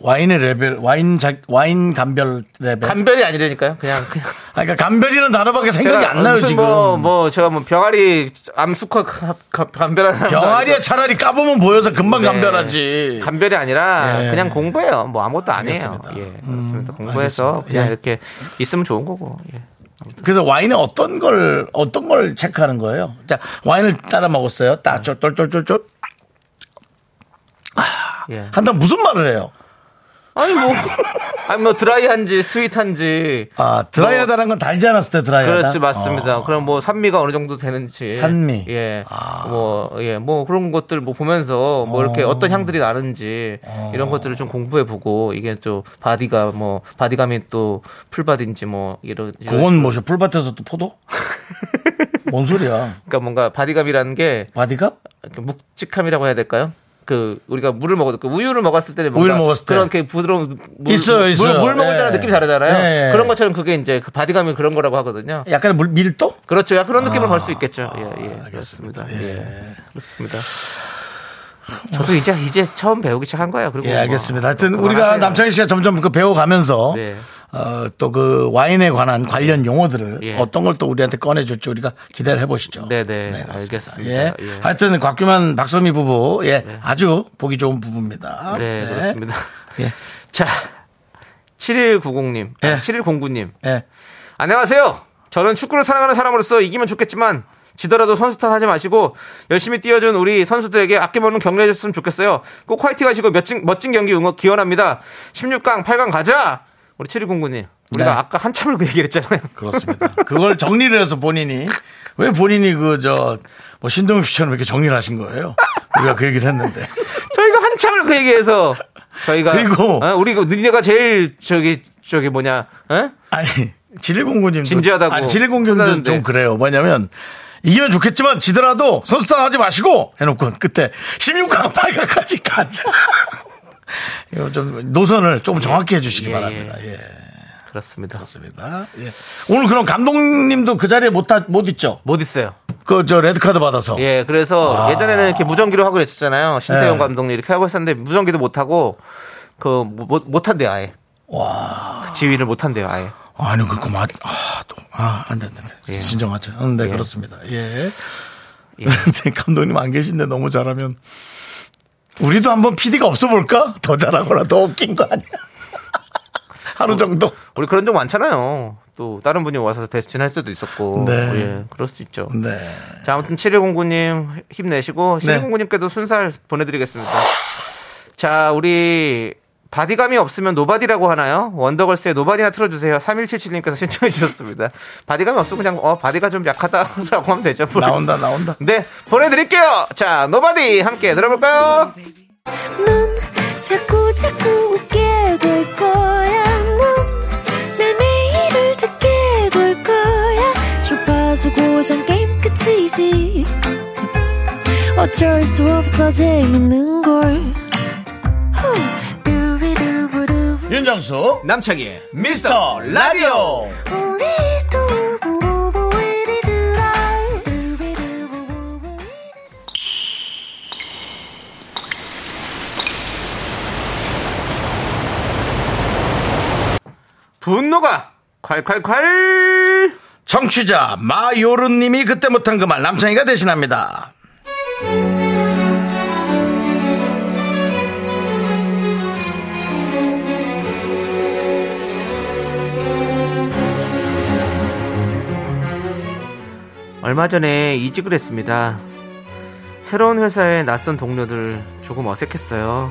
Speaker 3: 와인의 레벨, 와인 자, 와인 감별 레벨.
Speaker 4: 감별이 아니라니까요 그냥 그냥
Speaker 3: 아, 그러니까 감별이라는 단어밖에 생각이
Speaker 4: 제가
Speaker 3: 안 나요
Speaker 4: 무슨
Speaker 3: 지금.
Speaker 4: 뭐, 뭐 제가 뭐 병아리 암수컷 가- 가- 감별하는 사람도 아니고.
Speaker 3: 병아리야 차라리 까보면 보여서 금방
Speaker 4: 네.
Speaker 3: 감별하지.
Speaker 4: 감별이 아니라
Speaker 3: 예.
Speaker 4: 그냥 공부해요. 뭐 아무것도 안
Speaker 3: 알겠습니다.
Speaker 4: 해요. 예, 그렇습니다. 공부해서
Speaker 3: 알겠습니다.
Speaker 4: 그냥
Speaker 3: 예.
Speaker 4: 이렇게 있으면 좋은 거고. 예.
Speaker 3: 그래서 와인은 어떤 걸 어떤 걸 체크하는 거예요? 자, 와인을 따라 먹었어요.
Speaker 4: 음.
Speaker 3: 따 쫄쫄쫄쫄쫄.
Speaker 4: 예.
Speaker 3: 한다 무슨 말을 해요?
Speaker 4: 아니 뭐, 아니 뭐 드라이한지 스윗한지.
Speaker 3: 아, 드라이하다는 건 달지 않았을 때 드라이하다.
Speaker 4: 그렇지 맞습니다. 그럼 뭐 산미가 어느 정도 되는지
Speaker 3: 산미. 아.
Speaker 4: 예, 뭐 예, 뭐 그런 것들 뭐 보면서 뭐 이렇게 어떤 향들이 나는지
Speaker 3: 어.
Speaker 4: 이런 것들을 좀 공부해보고 이게 또 바디가 뭐 바디감이 또 풀바디인지 뭐 이런
Speaker 3: 어,
Speaker 4: 이런
Speaker 3: 그건 뭐죠? 풀밭에서 또 포도? 뭔 소리야?
Speaker 4: 그러니까 뭔가 바디감이라는 게
Speaker 3: 바디갑?
Speaker 4: 이렇게 묵직함이라고 해야 될까요? 그 우리가 물을 먹었 그 우유를 먹었을 때는 뭔가
Speaker 3: 우유를 먹었을 때.
Speaker 4: 그런 게 부드러운 물,
Speaker 3: 있어요,
Speaker 4: 물-
Speaker 3: 있어요.
Speaker 4: 물, 먹을
Speaker 3: 예.
Speaker 4: 때랑 느낌이 다르잖아요.
Speaker 3: 예.
Speaker 4: 그런 것처럼 그게 이제 그 바디감이 그런 거라고 하거든요.
Speaker 3: 약간의 물, 밀도?
Speaker 4: 그렇죠. 야, 그런
Speaker 3: 아,
Speaker 4: 느낌을 걸 수 있겠죠. 예, 예. 그렇습니다. 예. 그렇습니다. 저도 이제 이제 처음 배우기 시작한 거예요. 그리고
Speaker 3: 예,
Speaker 4: 뭐
Speaker 3: 알겠습니다. 하여튼
Speaker 4: 그건
Speaker 3: 우리가
Speaker 4: 하세요.
Speaker 3: 남창희 씨가 점점 그 배워가면서
Speaker 4: 네.
Speaker 3: 어, 또 그 와인에 관한 관련 용어들을
Speaker 4: 예.
Speaker 3: 어떤 걸 또 우리한테 꺼내줄지 우리가 기대를 해보시죠.
Speaker 4: 네, 네.
Speaker 3: 그렇습니다.
Speaker 4: 알겠습니다.
Speaker 3: 예.
Speaker 4: 예.
Speaker 3: 하여튼 곽규만 박소미 부부 예 아주 보기 좋은 부부입니다.
Speaker 4: 네, 그렇습니다.
Speaker 3: 예.
Speaker 4: 자. 7190님, 아,
Speaker 3: 예.
Speaker 4: 7109님,
Speaker 3: 예.
Speaker 4: 안녕하세요. 저는 축구를 사랑하는 사람으로서 이기면 좋겠지만 지더라도 선수 탓하지 마시고 열심히 뛰어준 우리 선수들에게 아낌없는 격려해 줬으면 좋겠어요. 꼭 화이팅 하시고 멋진, 멋진 경기 응원 기원합니다. 16강, 8강 가자! 우리 7209님. 우리가
Speaker 3: 네.
Speaker 4: 아까 한참을 그 얘기를 했잖아요.
Speaker 3: 그렇습니다. 그걸 정리를 해서 본인이 왜 본인이 그 저 뭐 신동엽 씨처럼 이렇게 정리를 하신 거예요? 우리가 그 얘기를 했는데
Speaker 4: 저희가 한참을 그 얘기해서 저희가
Speaker 3: 그리고-
Speaker 4: 어, 우리 그 니네가 제일 저기 저기 뭐냐 어?
Speaker 3: 아니 진일공군님도
Speaker 4: 진지하다고
Speaker 3: 아니 진일공군님도
Speaker 4: 끝나는데.
Speaker 3: 좀 그래요. 뭐냐면 이기면 좋겠지만 지더라도 선수단 하지 마시고 해놓고 그때 16강 8강까지 가자. 이거 좀 노선을 조금 정확히 해주시기
Speaker 4: 예,
Speaker 3: 바랍니다. 예.
Speaker 4: 그렇습니다.
Speaker 3: 그렇습니다. 예. 오늘 그럼 감독님도 그 자리에 못, 하- 못 있죠?
Speaker 4: 못 있어요.
Speaker 3: 그, 저, 레드카드 받아서.
Speaker 4: 예, 그래서
Speaker 3: 아.
Speaker 4: 예전에는 이렇게 무전기로 하고 그랬었잖아요. 신태용
Speaker 3: 예.
Speaker 4: 감독님 이렇게 하고 있었는데 무전기도 못 하고 그못 한대요 아예. 와. 지휘를 못 한대요 아예.
Speaker 3: 아니, 그거 맞, 아, 또, 아, 안 돼, 안 돼, 안 돼.
Speaker 4: 예.
Speaker 3: 진정하죠. 음, 네,
Speaker 4: 예.
Speaker 3: 그렇습니다. 예.
Speaker 4: 예.
Speaker 3: 근데 감독님 안 계신데 너무 잘하면. 우리도 한번 PD가 없어 볼까? 더 잘하거나 더 웃긴 거 아니야? 하루 정도.
Speaker 4: 우리 그런 적 많잖아요. 또 다른 분이 와서 대신할 때도 있었고.
Speaker 3: 네.
Speaker 4: 예, 그럴 수 있죠.
Speaker 3: 네.
Speaker 4: 자, 아무튼 7109님 힘내시고
Speaker 3: 네.
Speaker 4: 7109님께도 순살 보내드리겠습니다. 자, 우리 바디감이 없으면 노바디라고 하나요? 원더걸스의 노바디나 틀어주세요. 3177님께서 신청해 주셨습니다. 바디감이 없으면 그냥 어 바디가 좀 약하다라고 하면 되죠. 뭐.
Speaker 3: 나온다, 나온다.
Speaker 4: 네 보내드릴게요. 자 노바디 함께 들어볼까요?
Speaker 7: 넌 자꾸 자꾸 웃게 될 거야. 넌내 매일을 듣게 될 거야. 주파수 고정 게임 끝이지. 어쩔 수 없어 재밌는 걸. 후. 두비두부두.
Speaker 8: 윤정수
Speaker 4: 남창희의
Speaker 8: 미스터 라디오
Speaker 7: 우리 두부부부 우리 두라. 두비두부부부 우리
Speaker 4: 분노가 콸콸콸
Speaker 3: 정취자 마요르님이 그때 못한 그 말 남창희가 대신합니다.
Speaker 4: 얼마 전에 이직을 했습니다. 새로운 회사의 낯선 동료들 조금 어색했어요.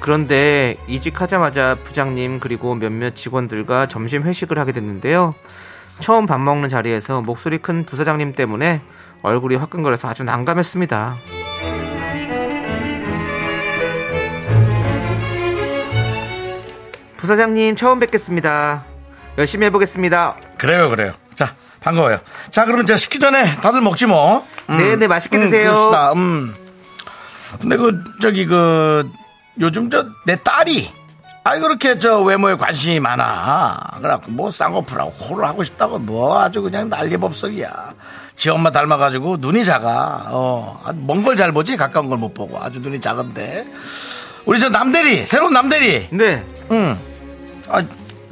Speaker 4: 그런데 이직하자마자 부장님 그리고 몇몇 직원들과 점심 회식을 하게 됐는데요. 처음 밥 먹는 자리에서 목소리 큰 부사장님 때문에 얼굴이 화끈거려서 아주 난감했습니다. 부사장님 처음 뵙겠습니다. 열심히 해보겠습니다.
Speaker 3: 그래요, 그래요. 자, 반가워요. 자, 그러면 제가 식기 전에 다들 먹지 뭐.
Speaker 4: 네, 네, 맛있게 드세요.
Speaker 3: 그럽시다. 음. 근데 그, 저기 그, 요즘 저, 내 딸이, 아이, 그렇게 저 외모에 관심이 많아. 그래갖고 뭐 쌍꺼풀하고 코를 하고 싶다고 뭐 아주 그냥 난리법석이야. 지 엄마 닮아가지고 눈이 작아. 어, 먼 걸 잘 보지 가까운 걸 못 보고 아주 눈이 작은데. 우리 저 남대리, 새로운 남대리.
Speaker 4: 네,
Speaker 3: 응. 아,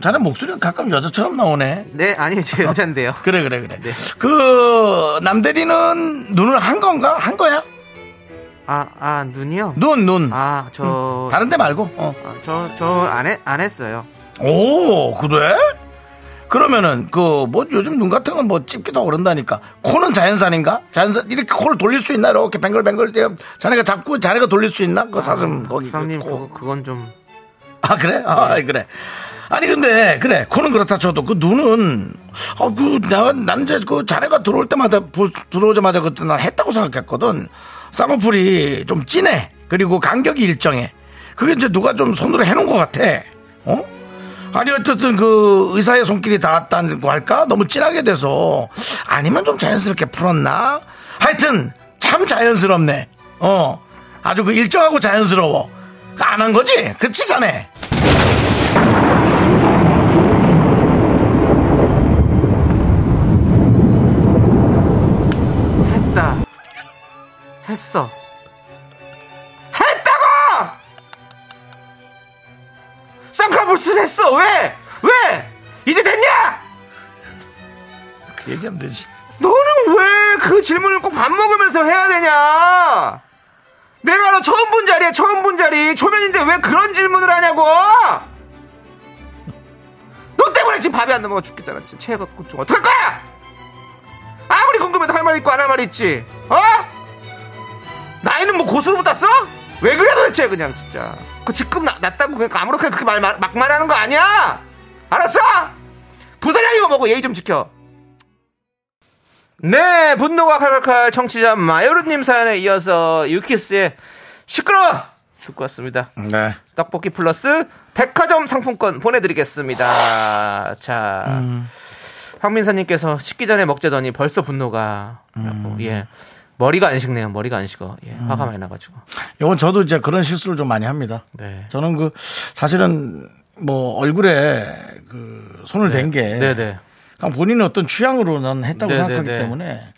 Speaker 3: 자네 목소리가 가끔 여자처럼 나오네.
Speaker 4: 네, 아니요, 제 여잔데요.
Speaker 3: 그래 그래 그래. 그 남대리는 눈을 한 건가? 한 거야?
Speaker 4: 아, 아, 눈이요?
Speaker 3: 눈 눈.
Speaker 4: 아, 저,
Speaker 3: 다른 데 말고. 어.
Speaker 4: 아, 저, 저, 안, 해, 안 했어요.
Speaker 3: 오 그래? 그러면은 그 뭐 요즘 눈 같은 건 뭐 찝기도 하고 그런다니까 코는 자연산인가? 자연산 이렇게 코를 돌릴 수 있나 이렇게 뱅글뱅글 자네가 잡고 자네가 돌릴 수 있나? 그 사슴 거기
Speaker 4: 부장님,
Speaker 3: 그 코.
Speaker 4: 그거, 그건 좀.
Speaker 3: 아 그래? 아 그래. 아니 근데 그래 코는 그렇다 쳐도 그 눈은 아그 내가 난 이제 그 자네가 들어올 때마다 보- 들어오자마자 그때 난 했다고 생각했거든. 쌍꺼풀이 좀 진해 그리고 간격이 일정해. 그게 이제 누가 좀 손으로 해놓은 것 같아. 어? 아니 어쨌든 그 의사의 손길이 닿았다고 할까 너무 진하게 돼서 아니면 좀 자연스럽게 풀었나 하여튼 참 자연스럽네 어 아주 그 일정하고 자연스러워 안 한 거지 그치 자네
Speaker 4: 했다. 했어. 했다고! 쌍꺼풀 수술했어! 왜? 왜? 이제 됐냐?
Speaker 3: 그 얘기하면 되지
Speaker 4: 너는 왜 그 질문을 꼭 밥 먹으면서 해야 되냐? 내가 너 처음 본 자리야, 처음 본 자리. 초면인데 왜 그런 질문을 하냐고! 너 때문에 지금 밥이 안 넘어가 죽겠잖아. 지금 체해갖고 좀 어떡할 거야! 아무리 궁금해도 할 말 있고 안 할 말이 있지. 어? 나이는 뭐 고수로 못 땄어? 왜 그래 도대체 그냥 진짜. 그 직급 나, 낮다고 그냥 아무렇게 그렇게 말, 말- 막말 하는 거 아니야! 알았어! 부사장 이거 먹고 예의 좀 지켜. 네, 분노가 칼칼칼 청취자 마요르님 사연에 이어서 유키스의 시끄러 듣고 왔습니다.
Speaker 3: 네
Speaker 4: 떡볶이 플러스 백화점 상품권 보내드리겠습니다. 자, 황민사님께서 식기 전에 먹자더니 벌써 분노가 라고, 예 머리가 안 식네요. 머리가 안 식어. 예, 화가 많이 나가지고.
Speaker 3: 이건 저도 이제 그런 실수를 좀 많이 합니다
Speaker 4: 네.
Speaker 3: 저는 그 사실은 뭐 얼굴에 그 손을 댄게
Speaker 4: 네네.
Speaker 3: 그냥 본인의 어떤 취향으로 난 했다고
Speaker 4: 네,
Speaker 3: 생각하기
Speaker 4: 네, 네.
Speaker 3: 때문에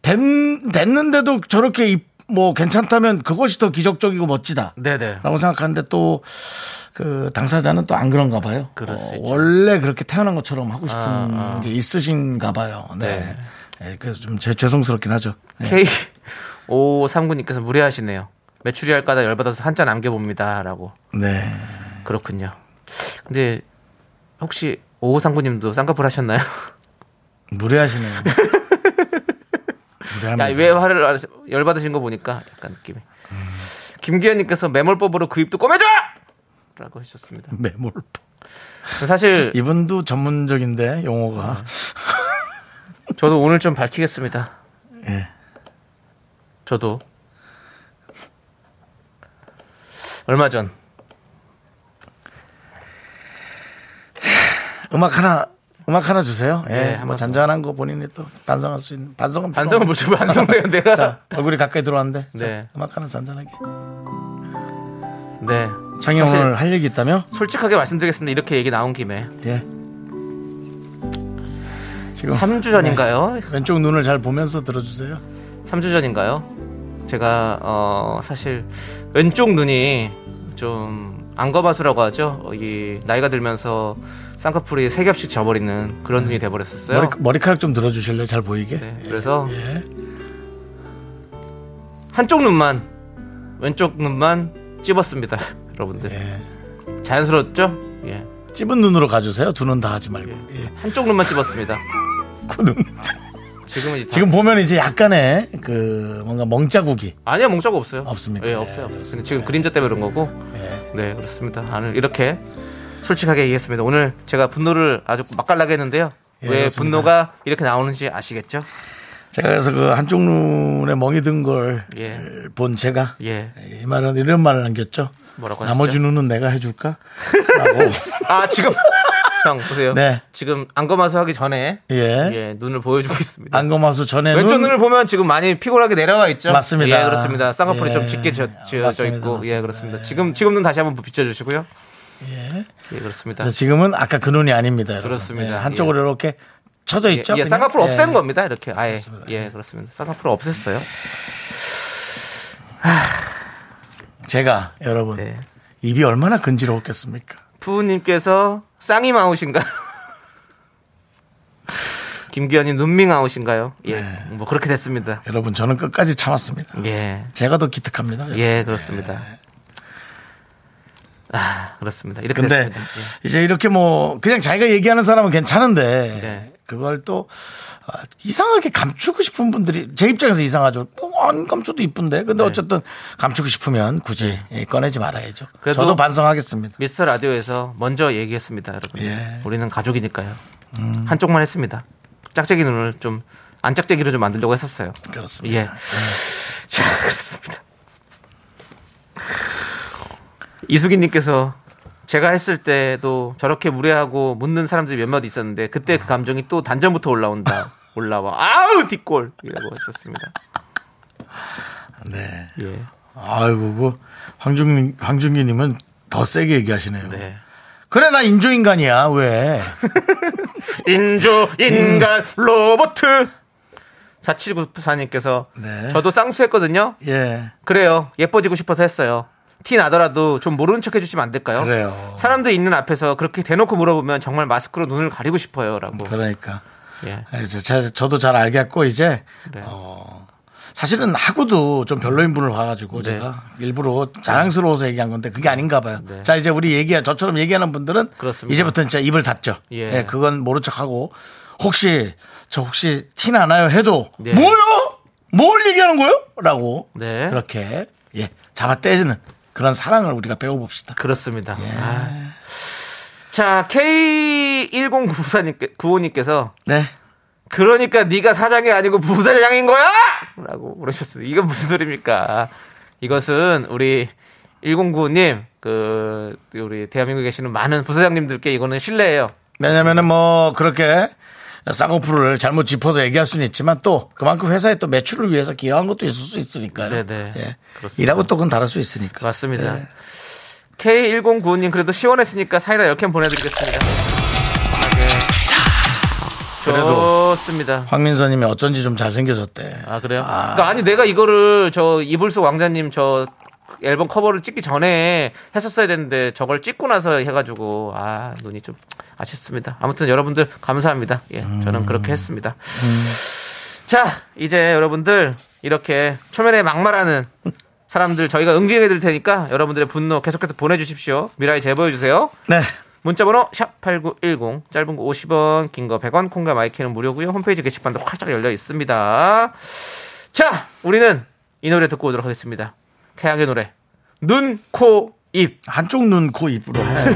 Speaker 3: 된, 됐는데도 저렇게 입- 뭐 괜찮다면 그것이 더 기적적이고 멋지다.
Speaker 4: 네네.
Speaker 3: 라고 생각하는데 또 그 당사자는 또 안 그런가 봐요. 어,
Speaker 4: 그럴 수 있죠.
Speaker 3: 원래 그렇게 태어난 것처럼 하고 싶은
Speaker 4: 아, 아.
Speaker 3: 게 있으신가 봐요. 네. 예, 그래서 좀 제, 죄송스럽긴 하죠. 예.
Speaker 4: K 5 3 9님께서 무례하시네요. 매출이 할까다 열받아서 한자 남겨봅니다라고.
Speaker 3: 네.
Speaker 4: 그렇군요. 근데 혹시 오호상구님도 쌍꺼풀 하셨나요?
Speaker 3: 무례하시네요. 무례합니다.
Speaker 4: 야 왜 화를 안 하시- 열받으신 거 보니까 약간 느낌이. 김기현님께서 매몰법으로 그 입도 꼬매줘! 라고 하셨습니다.
Speaker 3: 매몰포. 네,
Speaker 4: 사실
Speaker 3: 이분도 전문적인데 용어가
Speaker 4: 저도 오늘 좀 밝히겠습니다.
Speaker 3: 예.
Speaker 4: 저도 얼마 전
Speaker 3: 음악 하나 음악 하나 주세요.
Speaker 4: 예,
Speaker 3: 예, 뭐
Speaker 4: 한번
Speaker 3: 잔잔한 거 본인이 또 반성할 수 있는 반성은 필요
Speaker 4: 반성을
Speaker 3: 없-
Speaker 4: 못고 반성해요 내가.
Speaker 3: 자 얼굴이 가까이 들어왔는데 자,
Speaker 4: 네.
Speaker 3: 음악 하나 잔잔하게.
Speaker 4: 네.
Speaker 3: 장이
Speaker 4: 사실-
Speaker 3: 오늘 할 얘기 있다며?
Speaker 4: 솔직하게 말씀드리겠습니다. 이렇게 얘기 나온 김에
Speaker 3: 예. 지금
Speaker 4: 3주 전인가요?
Speaker 3: 왼쪽 눈을 잘 보면서 들어주세요.
Speaker 4: 3주 전인가요? 제가 어 사실 왼쪽 눈이 좀 안검하수라고 하죠. 어, 이 나이가 들면서 쌍꺼풀이 세 겹씩 져버리는 그런 눈이 돼버렸었어요.
Speaker 3: 머리, 머리카락 좀 들어주실래요? 잘 보이게.
Speaker 4: 네, 그래서
Speaker 3: 예.
Speaker 4: 한쪽 눈만 왼쪽 눈만 찝었습니다. 여러분들
Speaker 3: 예.
Speaker 4: 자연스러웠죠? 예.
Speaker 3: 찝은 눈으로 가주세요. 두 눈 다 하지 말고. 예.
Speaker 4: 한쪽 눈만 찝었습니다.
Speaker 3: 그 눈.
Speaker 4: 지금은 이제 다-
Speaker 3: 지금 보면 이제 약간의 그 뭔가 멍자국이
Speaker 4: 아니요 멍자가 없어요.
Speaker 3: 없습니까?
Speaker 4: 예,
Speaker 3: 예,
Speaker 4: 없어요.
Speaker 3: 그렇습니다.
Speaker 4: 지금 그림자 때문에 그런 거고. 네, 그렇습니다. 오늘 이렇게 솔직하게 얘기했습니다. 오늘 제가 분노를 아주 맛깔나게 했는데요.
Speaker 3: 예,
Speaker 4: 왜
Speaker 3: 그렇습니다.
Speaker 4: 분노가 이렇게 나오는지 아시겠죠?
Speaker 3: 제가 그래서 그 한쪽 눈에 멍이 든 걸 본
Speaker 4: 예.
Speaker 3: 제가
Speaker 4: 예.
Speaker 3: 이 말은 이런 말을 남겼죠.
Speaker 4: 뭐라고 하시죠?
Speaker 3: 나머지 눈은 내가 해줄까? 라고.
Speaker 4: 아, 지금 형 보세요.
Speaker 3: 네.
Speaker 4: 지금 안검하수 하기 전에
Speaker 3: 예.
Speaker 4: 예, 눈을 보여주고 있습니다.
Speaker 3: 안검하수 전에
Speaker 4: 왼쪽
Speaker 3: 눈
Speaker 4: 눈을 보면 지금 많이 피곤하게 내려와 있죠.
Speaker 3: 맞습니다.
Speaker 4: 예, 그렇습니다. 쌍꺼풀이
Speaker 3: 예.
Speaker 4: 좀 짙게 져, 지어져
Speaker 3: 맞습니다,
Speaker 4: 있고,
Speaker 3: 맞습니다.
Speaker 4: 예, 그렇습니다. 지금 지금 눈 다시 한번 비춰주시고요. 예, 그렇습니다.
Speaker 3: 저 지금은 아까 그 눈이 아닙니다. 여러분.
Speaker 4: 그렇습니다.
Speaker 3: 예, 한쪽으로 이렇게 쳐져 있죠.
Speaker 4: 예, 예,
Speaker 3: 그냥?
Speaker 4: 쌍꺼풀
Speaker 3: 예.
Speaker 4: 없앤 겁니다. 이렇게 아예
Speaker 3: 그렇습니다.
Speaker 4: 예 그렇습니다. 쌍꺼풀 없앴어요.
Speaker 3: 제가 여러분
Speaker 4: 네.
Speaker 3: 입이 얼마나 근지러웠겠습니까?
Speaker 4: 부모님께서 쌍이 마우신가요? 김기현이 눈밍 아웃인가요? 예,
Speaker 3: 네.
Speaker 4: 뭐 그렇게 됐습니다.
Speaker 3: 여러분 저는 끝까지 참았습니다.
Speaker 4: 예,
Speaker 3: 제가 더 기특합니다.
Speaker 4: 예 그렇습니다. 아 그렇습니다. 이렇게
Speaker 3: 근데
Speaker 4: 됐습니다. 예.
Speaker 3: 이제 이렇게 뭐 그냥 자기가 얘기하는 사람은 괜찮은데
Speaker 4: 네.
Speaker 3: 그걸 또 아, 이상하게 감추고 싶은 분들이 제 입장에서 이상하죠. 뭐 안 감춰도 이쁜데.
Speaker 4: 네.
Speaker 3: 근데 어쨌든 감추고 싶으면 굳이 예, 꺼내지 말아야죠.
Speaker 4: 그래도-
Speaker 3: 저도 반성하겠습니다.
Speaker 4: 미스터 라디오에서 먼저 얘기했습니다, 여러분.
Speaker 3: 예. 음.
Speaker 4: 우리는 가족이니까요. 한쪽만 했습니다. 짝짝이 눈을 좀 안 짝짝이로 좀 만들려고 했었어요.
Speaker 3: 그렇습니다.
Speaker 4: 예. 자, 그렇습니다. 이수기님께서 제가 했을 때도 저렇게 무례하고 묻는 사람들이 몇몇 있었는데 그때 그 감정이 또 단전부터 올라온다. 올라와. 아우 뒷골! 이라고 하셨습니다.
Speaker 3: 네.
Speaker 4: 예.
Speaker 3: 아이고 그 황중기 황중기 님은 더 세게 얘기하시네요.
Speaker 4: 네.
Speaker 3: 그래 나 인조 인간이야. 왜?
Speaker 4: 인조, 인간, 로보트! 4794님께서
Speaker 3: 네.
Speaker 4: 저도 쌍수했거든요.
Speaker 3: 예.
Speaker 4: 그래요. 예뻐지고 싶어서 했어요. 티 나더라도 좀 모르는 척 해주시면 안 될까요?
Speaker 3: 그래요.
Speaker 4: 사람들 있는 앞에서 그렇게 대놓고 물어보면 정말 마스크로 눈을 가리고 싶어요라고.
Speaker 3: 그러니까
Speaker 4: 예.
Speaker 3: 이제 제- 저도 잘 알겠고 이제 어,
Speaker 4: 그래요.
Speaker 3: 사실은 하고도 좀 별로인 분을 봐가지고 제가 일부러 자랑스러워서 얘기한 건데 그게 아닌가 봐요.
Speaker 4: 네.
Speaker 3: 자 이제 우리 얘기 저처럼 얘기하는 분들은
Speaker 4: 그렇습니다.
Speaker 3: 이제부터 진짜 입을 닫죠. 예,
Speaker 4: 예.
Speaker 3: 그건 모른 척하고 혹시 저 혹시 티 나나요 해도
Speaker 4: 네.
Speaker 3: 뭐요? 뭘 얘기하는 거요?라고
Speaker 4: 네.
Speaker 3: 그렇게 예 잡아 떼지는 그런 사랑을 우리가 배워봅시다.
Speaker 4: 그렇습니다.
Speaker 3: 예.
Speaker 4: 아. 자 K1094님께서
Speaker 3: 네.
Speaker 4: 그러니까 네가 사장이 아니고 부사장인 거야라고 그러셨어요. 이건 무슨 소리입니까? 이것은 우리 109님 그 우리 대한민국에 계시는 많은 부사장님들께 이거는 신뢰예요.
Speaker 3: 왜냐면은 뭐 그렇게 쌍꺼풀을 잘못 짚어서 얘기할 수는 있지만 또 그만큼 회사에 또 매출을 위해서 기여한 것도 있을 수 있으니까요.
Speaker 4: 네네.
Speaker 3: 예.
Speaker 4: 그렇습니다.
Speaker 3: 일하고 또 그건 다를 수 있으니까. 예.
Speaker 4: 맞습니다.
Speaker 3: 네.
Speaker 4: K1095님 그래도 시원했으니까 사이다 10캔 보내드리겠습니다. 그래도 좋습니다.
Speaker 3: 황민서님이 어쩐지 좀 잘생겨졌대.
Speaker 4: 아 그래요? 그러니까 아니 내가 이거를 저 이불속 왕자님 저 앨범 커버를 찍기 전에 했었어야 되는데 저걸 찍고 나서 해가지고 아 눈이 좀 아쉽습니다. 아무튼 여러분들 감사합니다. 예, 저는 그렇게 했습니다. 자 이제 여러분들 이렇게 초면에 막말하는 사람들 저희가 응징해드릴 테니까 여러분들의 분노 계속해서 보내주십시오. 미라에 제보해주세요.
Speaker 3: 네.
Speaker 4: 문자번호 샵 #8910 짧은 거 50원, 긴 거 100원, 콩과 마이크는 무료고요. 홈페이지 게시판도 활짝 열려 있습니다. 자, 우리는 이 노래 듣고 오도록 하겠습니다. 태양의 노래 눈, 코, 입.
Speaker 3: 한쪽 눈, 코, 입으로 해.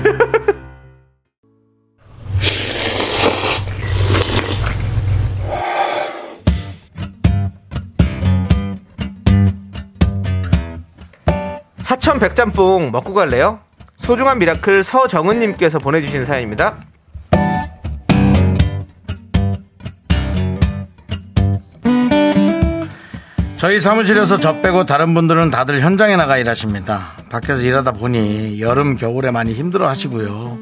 Speaker 4: 사천 백짬뽕 먹고 갈래요? 소중한 미라클 서정은님께서 보내주신 사연입니다.
Speaker 3: 저희 사무실에서 저 빼고 다른 분들은 다들 현장에 나가 일하십니다. 밖에서 일하다 보니 여름 겨울에 많이 힘들어 하시고요.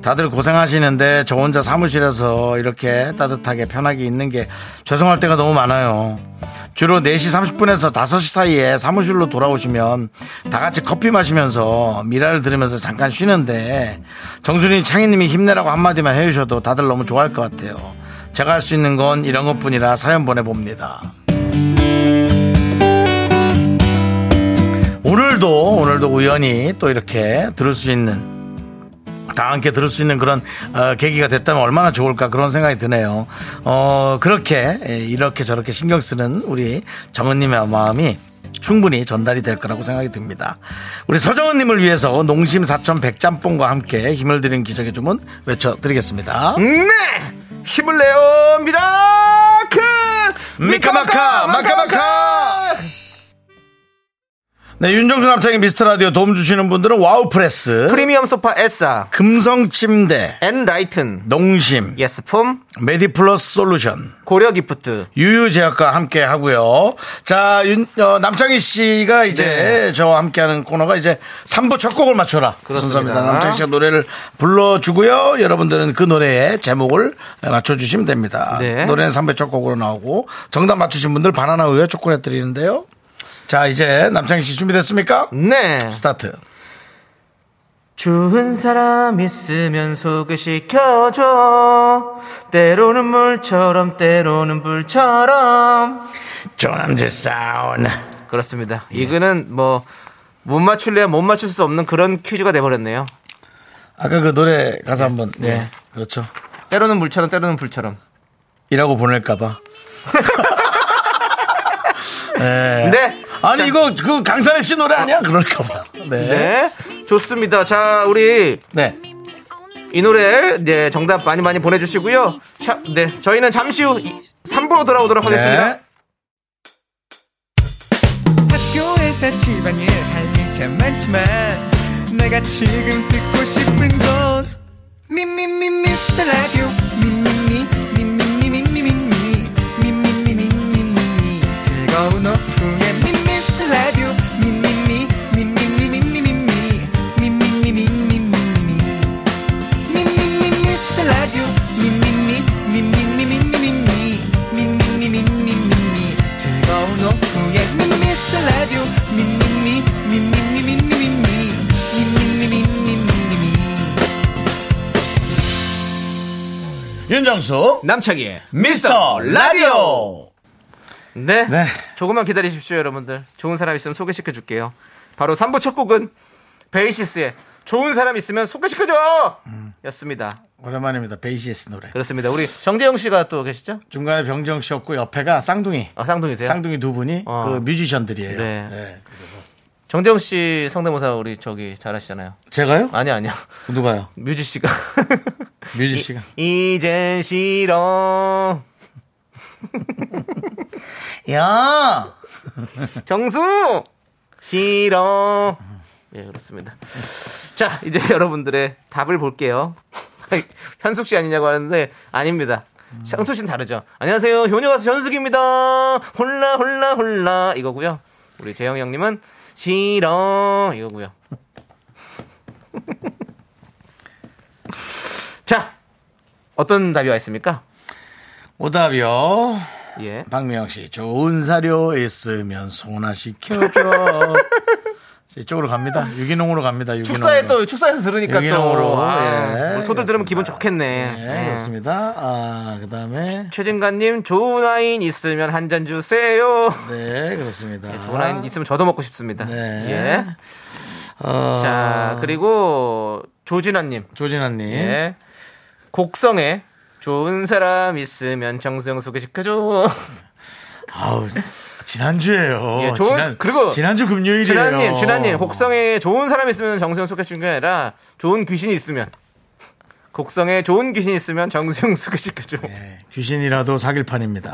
Speaker 3: 다들 고생하시는데 저 혼자 사무실에서 이렇게 따뜻하게 편하게 있는 게 죄송할 때가 너무 많아요. 주로 4시 30분에서 5시 사이에 사무실로 돌아오시면 다 같이 커피 마시면서 미라를 들으면서 잠깐 쉬는데 정순이 창희님이 힘내라고 한마디만 해주셔도 다들 너무 좋아할 것 같아요. 제가 할 수 있는 건 이런 것 뿐이라 사연 보내봅니다. 오늘도 오늘도 우연히 또 이렇게 들을 수 있는 다 함께 들을 수 있는 그런 어, 계기가 됐다면 얼마나 좋을까 그런 생각이 드네요. 어, 그렇게 예, 이렇게 저렇게 신경 쓰는 우리 정은님의 마음이 충분히 전달이 될 거라고 생각이 듭니다. 우리 서정은님을 위해서 농심 사천 백짬뽕과 함께 힘을 드린 기적의 주문 외쳐드리겠습니다.
Speaker 4: 네! 힘을 내요, 미라클!
Speaker 3: 미카마카 마카마카 네 윤정수 남창의 미스터라디오 도움 주시는 분들은 와우프레스
Speaker 4: 프리미엄 소파 에싸,
Speaker 3: 금성침대
Speaker 4: 엔라이튼,
Speaker 3: 농심
Speaker 4: 예스폼,
Speaker 3: 메디플러스 솔루션
Speaker 4: 고려 기프트,
Speaker 3: 유유제약과 함께 하고요. 자, 윤, 어, 남창희 씨가 이제
Speaker 4: 네.
Speaker 3: 저와 함께하는 코너가 이제 3부 첫 곡을 맞춰라
Speaker 4: 그렇습니다.
Speaker 3: 순서입니다. 남창희 씨가 노래를 불러주고요. 여러분들은 그 노래의 제목을 맞춰주시면 됩니다.
Speaker 4: 네.
Speaker 3: 노래는 3부 첫 곡으로 나오고 정답 맞추신 분들 바나나 우유 초콜릿 드리는데요. 자, 이제 남창희 씨 준비됐습니까?
Speaker 4: 네.
Speaker 3: 스타트.
Speaker 4: 좋은 사람 있으면 소개시켜줘. 때로는 물처럼, 때로는 불처럼.
Speaker 3: 조남지 사운.
Speaker 4: 그렇습니다.
Speaker 3: 예.
Speaker 4: 이거는 뭐, 못 맞출래야 못 맞출 수 없는 그런 퀴즈가 돼버렸네요.
Speaker 3: 아까 그 노래 가사 한번. 네. 그렇죠.
Speaker 4: 때로는 물처럼, 때로는 불처럼.
Speaker 3: 이라고 보낼까봐.
Speaker 4: 네.
Speaker 3: 예. 아니
Speaker 4: 자,
Speaker 3: 이거 그 강산의 씨 노래 아니야? 그럴까봐. 네.
Speaker 4: 네. 좋습니다. 자, 우리
Speaker 3: 네.
Speaker 4: 이 노래, 네, 정답 많이 많이 보내주시고요. 자, 네. 저희는 잠시 후 3부로 돌아오도록 하겠습니다.
Speaker 3: 네.
Speaker 9: 학교에서 집안일 할 일 참 많지만 내가 지금 듣고 싶은 건 미미미 미스터 라디오 미미미 미미미 미미미 미미미 미미미 즐거운 오후에 미스터 라디오 미미미 미미미 미미미 미미미 미미미
Speaker 3: 윤정수
Speaker 4: 남창희의
Speaker 3: 미스터 라디오.
Speaker 4: 네.
Speaker 3: 네.
Speaker 4: 조금만 기다리십시오, 여러분들. 좋은 사람 있으면 소개시켜 줄게요. 바로 3부 첫 곡은 베이시스의 좋은 사람 있으면 소개시켜 줘! 였습니다.
Speaker 3: 오랜만입니다. 베이시스 노래.
Speaker 4: 그렇습니다. 우리 정재영 씨가 또 계시죠?
Speaker 3: 중간에 병정 씨 없고 옆에가 쌍둥이.
Speaker 4: 아, 쌍둥이세요?
Speaker 3: 쌍둥이 두 분이
Speaker 4: 어.
Speaker 3: 그 뮤지션들이에요.
Speaker 4: 네.
Speaker 3: 네.
Speaker 4: 정재영 씨 성대모사 우리 저기 잘하시잖아요.
Speaker 3: 제가요?
Speaker 4: 아니, 아니요.
Speaker 3: 누가요?
Speaker 4: 뮤지 씨가.
Speaker 3: 뮤지 씨가.
Speaker 4: 이젠 싫어.
Speaker 3: 야.
Speaker 4: 정수! 싫어. 예, 그렇습니다. 자, 이제 여러분들의 답을 볼게요. 현숙 씨 아니냐고 하는데, 아닙니다. 현숙 씨는 다르죠. 안녕하세요. 효녀 가수 현숙입니다. 홀라, 홀라, 홀라. 이거고요 우리 재영 형님은 싫어. 이거고요 자, 어떤 답이 와 있습니까?
Speaker 3: 오답이요.
Speaker 4: 예.
Speaker 3: 박미영 씨 좋은 사료 있으면 소나 시켜줘. 이쪽으로 갑니다. 유기농으로 갑니다. 유기농.
Speaker 4: 축사에 또, 축사에서 들으니까 또.
Speaker 3: 유기농으로,
Speaker 4: 아,
Speaker 3: 예,
Speaker 4: 우리 소들 들으면 기분
Speaker 3: 그렇습니다.
Speaker 4: 좋겠네.
Speaker 3: 네,
Speaker 4: 예.
Speaker 3: 그렇습니다. 아, 그 다음에.
Speaker 4: 최진관님 좋은 와인 있으면 한 잔 주세요.
Speaker 3: 네, 그렇습니다.
Speaker 4: 좋은 와인 있으면 저도 먹고 싶습니다.
Speaker 3: 네.
Speaker 4: 예.
Speaker 3: 아.
Speaker 4: 자 그리고 조진아님
Speaker 3: 조진아님.
Speaker 4: 예. 곡성에 좋은 사람 있으면 정수영 소개시켜줘.
Speaker 3: 아우, 지난주에요.
Speaker 4: 예, 좋은- 그리고
Speaker 3: 지난주 금요일이에요.
Speaker 4: 진아님, 진아님, 곡성에 좋은 사람 있으면 정수영 소개해 주는 게 아니라 좋은 귀신이 있으면 곡성에 좋은 귀신이 있으면 정수영 소개시켜 줘.
Speaker 3: 예, 귀신이라도 사귈 판입니다.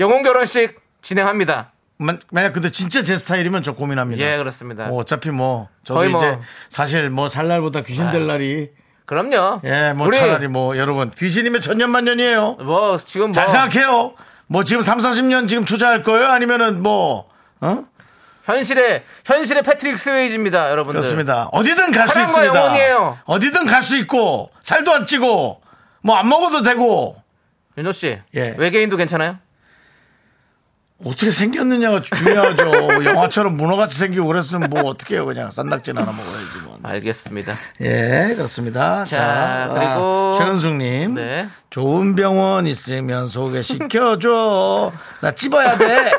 Speaker 4: 영혼 결혼식 진행합니다.
Speaker 3: 만- 만약 근데 진짜 제 스타일이면 저 고민합니다.
Speaker 4: 예, 그렇습니다.
Speaker 3: 뭐 어차피 뭐 저도
Speaker 4: 거의 뭐-
Speaker 3: 이제 사실 뭐 살 날보다 귀신 될 날이
Speaker 4: 그럼요.
Speaker 3: 예, 뭐
Speaker 4: 우리
Speaker 3: 차라리 뭐 여러분 귀신이면 천년만년이에요.
Speaker 4: 뭐 지금 뭐
Speaker 3: 잘 생각해요. 뭐 지금 3, 40년 지금 투자할 거예요? 아니면은 뭐 어?
Speaker 4: 현실의 현실의 패트릭 스웨이즈입니다, 여러분들.
Speaker 3: 그렇습니다. 어디든 갈 수
Speaker 4: 네. 사랑과
Speaker 3: 있습니다.
Speaker 4: 영혼이에요.
Speaker 3: 어디든 갈 수 있고 살도 안 찌고 뭐 안 먹어도 되고
Speaker 4: 윤호 씨,
Speaker 3: 예.
Speaker 4: 외계인도 괜찮아요?
Speaker 3: 어떻게 생겼느냐가 중요하죠. 영화처럼 문어같이 생기고 그랬으면 뭐 어떻게 해요 그냥 산낙지 하나 먹어야지 뭐.
Speaker 4: 알겠습니다.
Speaker 3: 예, 그렇습니다.
Speaker 4: 자,
Speaker 3: 자,
Speaker 4: 그리고-
Speaker 3: 아, 최은숙님.
Speaker 4: 네.
Speaker 3: 좋은 병원 있으면 소개시켜줘. 나 찝어야 돼.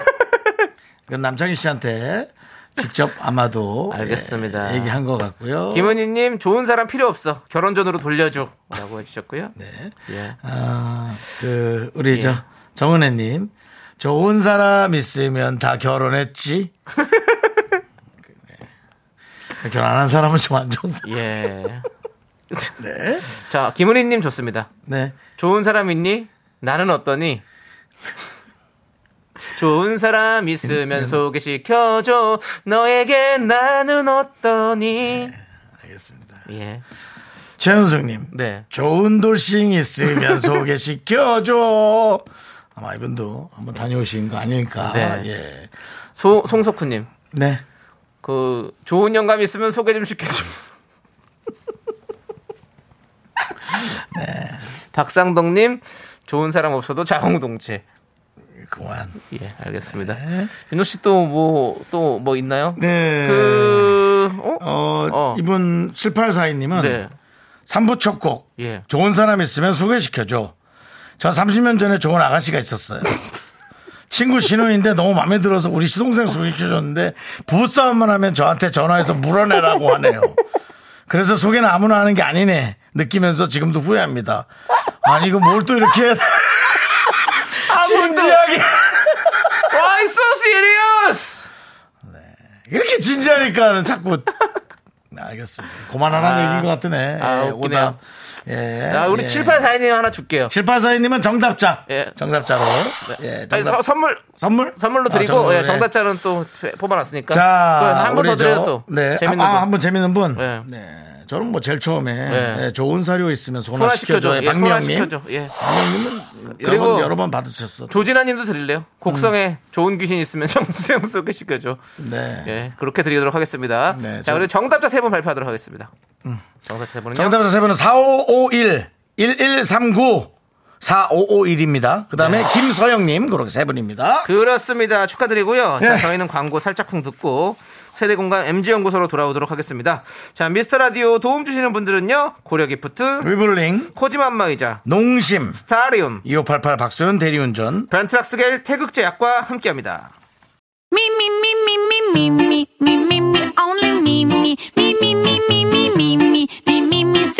Speaker 3: 이건 남창희 씨한테 직접 아마도.
Speaker 4: 알겠습니다.
Speaker 3: 예, 얘기한 것 같고요.
Speaker 4: 김은희 님, 좋은 사람 필요 없어. 결혼 전으로 돌려줘. 라고 해 주셨고요.
Speaker 3: 네.
Speaker 4: 예.
Speaker 3: 아, 그, 우리 저
Speaker 4: 예.
Speaker 3: 정은혜님. 좋은 사람 있으면 다 결혼했지. 네. 결혼 안 한 사람은 좀 안 좋은 사람.
Speaker 4: 예.
Speaker 3: 네.
Speaker 4: 자, 김은희 님 좋습니다.
Speaker 3: 네.
Speaker 4: 좋은 사람 있니? 나는 어떠니? 좋은 사람
Speaker 3: 음,
Speaker 4: 있으면 소개시켜줘. 너에게 나는 어떠니?
Speaker 3: 네, 알겠습니다.
Speaker 4: 예.
Speaker 3: 최은숙님.
Speaker 4: 네.
Speaker 3: 좋은 돌싱 있으면 소개시켜줘. 아마 이분도 한번 다녀오신 거 아닐까.
Speaker 4: 네.
Speaker 3: 예.
Speaker 4: 소, 송석훈님.
Speaker 3: 네.
Speaker 4: 그, 좋은 영감 있으면 소개 좀 시켜줘.
Speaker 3: 네.
Speaker 4: 박상덕님, 좋은 사람 없어도 자공동체.
Speaker 3: 그만.
Speaker 4: 예, 알겠습니다. 윤호 씨 또 뭐, 또 뭐 있나요?
Speaker 3: 네.
Speaker 4: 그, 어?
Speaker 3: 어,
Speaker 4: 어.
Speaker 3: 이분 7842님은
Speaker 4: 네.
Speaker 3: 삼부 첫 곡.
Speaker 4: 예.
Speaker 3: 좋은 사람 있으면 소개시켜줘. 전 30년 전에 좋은 아가씨가 있었어요. 친구 신혼인데 너무 마음에 들어서 우리 시동생 소개시켜줬는데 부부싸움만 하면 저한테 전화해서 물어내라고 하네요. 그래서 소개는 아무나 하는 게 아니네 느끼면서 지금도 후회합니다. 아니 이거 뭘 또 이렇게 해야 돼.
Speaker 4: 아,
Speaker 3: 진지하게
Speaker 4: Why so serious?
Speaker 3: 이렇게 진지하니까는 자꾸 네, 알겠습니다. 그만하라는
Speaker 4: 아,
Speaker 3: 얘기인 것 같으네.
Speaker 4: 아,
Speaker 3: 예,
Speaker 4: 웃기네요.
Speaker 3: 오답. 예.
Speaker 4: 아, 우리
Speaker 3: 예.
Speaker 4: 7842님 하나 줄게요.
Speaker 3: 7842님은 정답자.
Speaker 4: 예.
Speaker 3: 정답자로. 예,
Speaker 4: 아니,
Speaker 3: 정답.
Speaker 4: 서- 선물,
Speaker 3: 선물?
Speaker 4: 선물로
Speaker 3: 아,
Speaker 4: 드리고,
Speaker 3: 정답,
Speaker 4: 예,
Speaker 3: 예.
Speaker 4: 정답자는 또 뽑아놨으니까.
Speaker 3: 자,
Speaker 4: 한번 더
Speaker 3: 우리 저-
Speaker 4: 드려요, 또.
Speaker 3: 네.
Speaker 4: 재밌는
Speaker 3: 아,
Speaker 4: 분.
Speaker 3: 한분 재밌는 분.
Speaker 4: 예.
Speaker 3: 네. 저는 뭐 제일 처음에
Speaker 4: 네.
Speaker 3: 예, 좋은 사료 있으면
Speaker 4: 소화시켜줘.
Speaker 3: 소화시켜줘.
Speaker 4: 예,
Speaker 3: 박미영님.
Speaker 4: 소화시켜줘. 예.
Speaker 3: 여러
Speaker 4: 그리고-
Speaker 3: 번, 여러 번 받으셨어.
Speaker 4: 조진아님도 드릴래요. 곡성에 좋은 귀신 있으면 정수영 소개시켜줘.
Speaker 3: 네.
Speaker 4: 예, 그렇게 드리도록 하겠습니다.
Speaker 3: 네,
Speaker 4: 자,
Speaker 3: 저-
Speaker 4: 그리고 정답자 세 분 발표하도록 하겠습니다. 정답자 세 분은요.
Speaker 3: 정답자 세 분은 4551, 1139, 4551입니다. 그 다음에 김서영님, 그렇게 세 분입니다.
Speaker 4: 네. 그렇습니다. 축하드리고요. 자,
Speaker 3: 예.
Speaker 4: 저희는 광고 살짝쿵 듣고 세대공간 MG연구소로 돌아오도록 하겠습니다. 자, 미스터 라디오 도움 주시는 분들은요.
Speaker 3: 음.
Speaker 4: 고려기프트,
Speaker 3: 위블링,
Speaker 4: 코지맘마이자,
Speaker 3: 농심,
Speaker 4: 스타리온,
Speaker 3: 2588 박소연 대리운전,
Speaker 4: 브란트락스겔 태극제약과 함께합니다.
Speaker 7: Me, me, me, me, me, me, me, me, me, me, only me, me, me, me, me, me, me, me, me, me, me, me,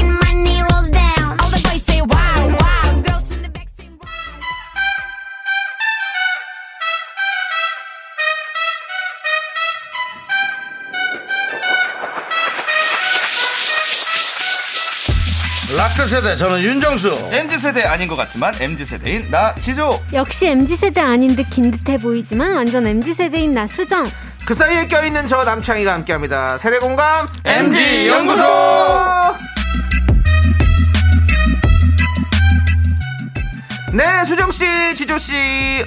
Speaker 7: and my knee rolls down. All the boys say wow, wow. Girls in the back say wow.
Speaker 3: 락크 세대 저는 윤정수.
Speaker 10: 네.
Speaker 11: MZ 세대 아닌 것 같지만 MZ 세대인 나 지조.
Speaker 12: 역시 MZ세대 아닌 듯 긴 듯해 보이지만 완전 MZ세대인 나 수정.
Speaker 4: 그 사이에 껴있는 저 남창희가 함께합니다. 세대 공감
Speaker 3: MG 연구소.
Speaker 4: 네, 수정 씨, 지조 씨,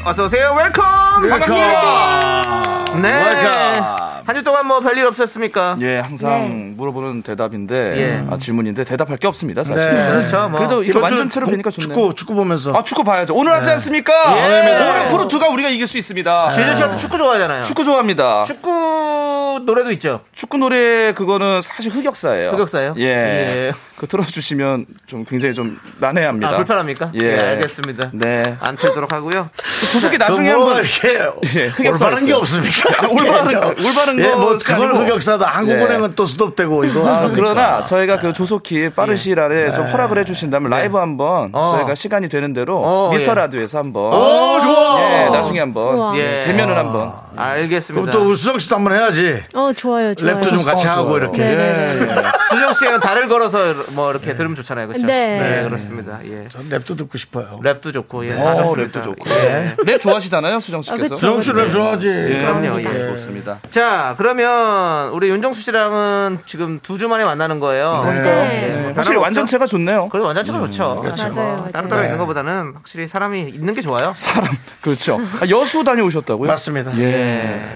Speaker 4: 어서 오세요. 웰컴. 반갑습니다. 네.
Speaker 3: 웰컴.
Speaker 4: 한 주 동안 뭐 별일 없었습니까?
Speaker 10: 예, 항상 물어보는 대답인데
Speaker 4: 예.
Speaker 10: 아, 질문인데 대답할 게 없습니다. 사실.
Speaker 4: 네. 그렇죠, 뭐.
Speaker 10: 그래도 이게
Speaker 4: 이번
Speaker 10: 완전체로
Speaker 4: 주는
Speaker 10: 되니까
Speaker 4: 구-
Speaker 10: 좋네요.
Speaker 4: 축구,
Speaker 3: 축구 보면서.
Speaker 10: 아 축구 봐야죠. 오늘 하지 않습니까?
Speaker 4: 예.
Speaker 10: 오늘 포르투가 우리가 이길 수 있습니다.
Speaker 4: 제주 씨한테 축구 좋아하잖아요.
Speaker 10: 축구 좋아합니다.
Speaker 4: 축구 노래도 있죠.
Speaker 10: 축구 노래 그거는 사실 흑역사예요.
Speaker 4: 흑역사예요?
Speaker 10: 예.
Speaker 4: 예.
Speaker 10: 그 틀어주시면 좀 굉장히 좀 난해합니다.
Speaker 4: 아, 불편합니까?
Speaker 10: 예.
Speaker 4: 예, 알겠습니다.
Speaker 10: 네.
Speaker 4: 안 틀도록 하고요.
Speaker 10: 조석이 나중에
Speaker 3: 뭐
Speaker 10: 한번
Speaker 3: 이렇게
Speaker 10: 예, 흑역사
Speaker 3: 올바른 게
Speaker 10: 있어요.
Speaker 3: 없습니까?
Speaker 10: 아, 올바른
Speaker 3: 저-
Speaker 10: 올바른
Speaker 3: 예,
Speaker 10: 거.
Speaker 3: 뭐 그걸 흑역사다. 한국은행은
Speaker 10: 예.
Speaker 3: 또 수dob되고 이거.
Speaker 10: 아,
Speaker 3: 어떡합니까?
Speaker 10: 그러나 저희가 그 조속히 빠른 시일 안에 좀 허락을 해주신다면 라이브 한번
Speaker 4: 어.
Speaker 10: 저희가 시간이 되는 대로
Speaker 4: 어,
Speaker 10: 미스터
Speaker 4: 예.
Speaker 10: 라디오에서 한번
Speaker 3: 오 좋아. 네,
Speaker 10: 예, 나중에 한번
Speaker 12: 우와.
Speaker 4: 예.
Speaker 10: 대면을 한번
Speaker 4: 알겠습니다.
Speaker 3: 그럼 또 우리 수정 씨도 한번 해야지.
Speaker 12: 어 좋아요 좋아요.
Speaker 3: 랩도 좀 같이 하고 이렇게.
Speaker 12: 네, 네,
Speaker 4: 수정 씨는 달을 걸어서 뭐 이렇게 들으면 좋잖아요, 그렇죠?
Speaker 12: 네. 네.
Speaker 4: 그렇습니다. 예.
Speaker 3: 전 랩도 듣고 싶어요.
Speaker 4: 랩도 좋고, 예. 다
Speaker 10: 어,
Speaker 4: 좋습니다.
Speaker 10: 랩도 좋고
Speaker 4: 예.
Speaker 10: 랩 좋아하시잖아요 수정 씨께서
Speaker 12: 그쵸.
Speaker 3: 수정 씨랩 좋아하지.
Speaker 10: 예,
Speaker 4: 그럼요, 예.
Speaker 10: 좋습니다
Speaker 4: 자, 그러면 우리 윤정수 씨랑은 지금 두 주 만에 만나는 거예요.
Speaker 12: 네.
Speaker 4: 예.
Speaker 10: 확실히 완전체가 좋네요 그렇죠. 네.
Speaker 4: 그래도 완전체가 좋죠.
Speaker 12: 맞아요, 맞아요.
Speaker 4: 따로따로 있는 것보다는 확실히 사람이 있는 게 좋아요.
Speaker 10: 사람 그렇죠 아, 여수 다녀오셨다고요?
Speaker 3: 맞습니다.
Speaker 10: 예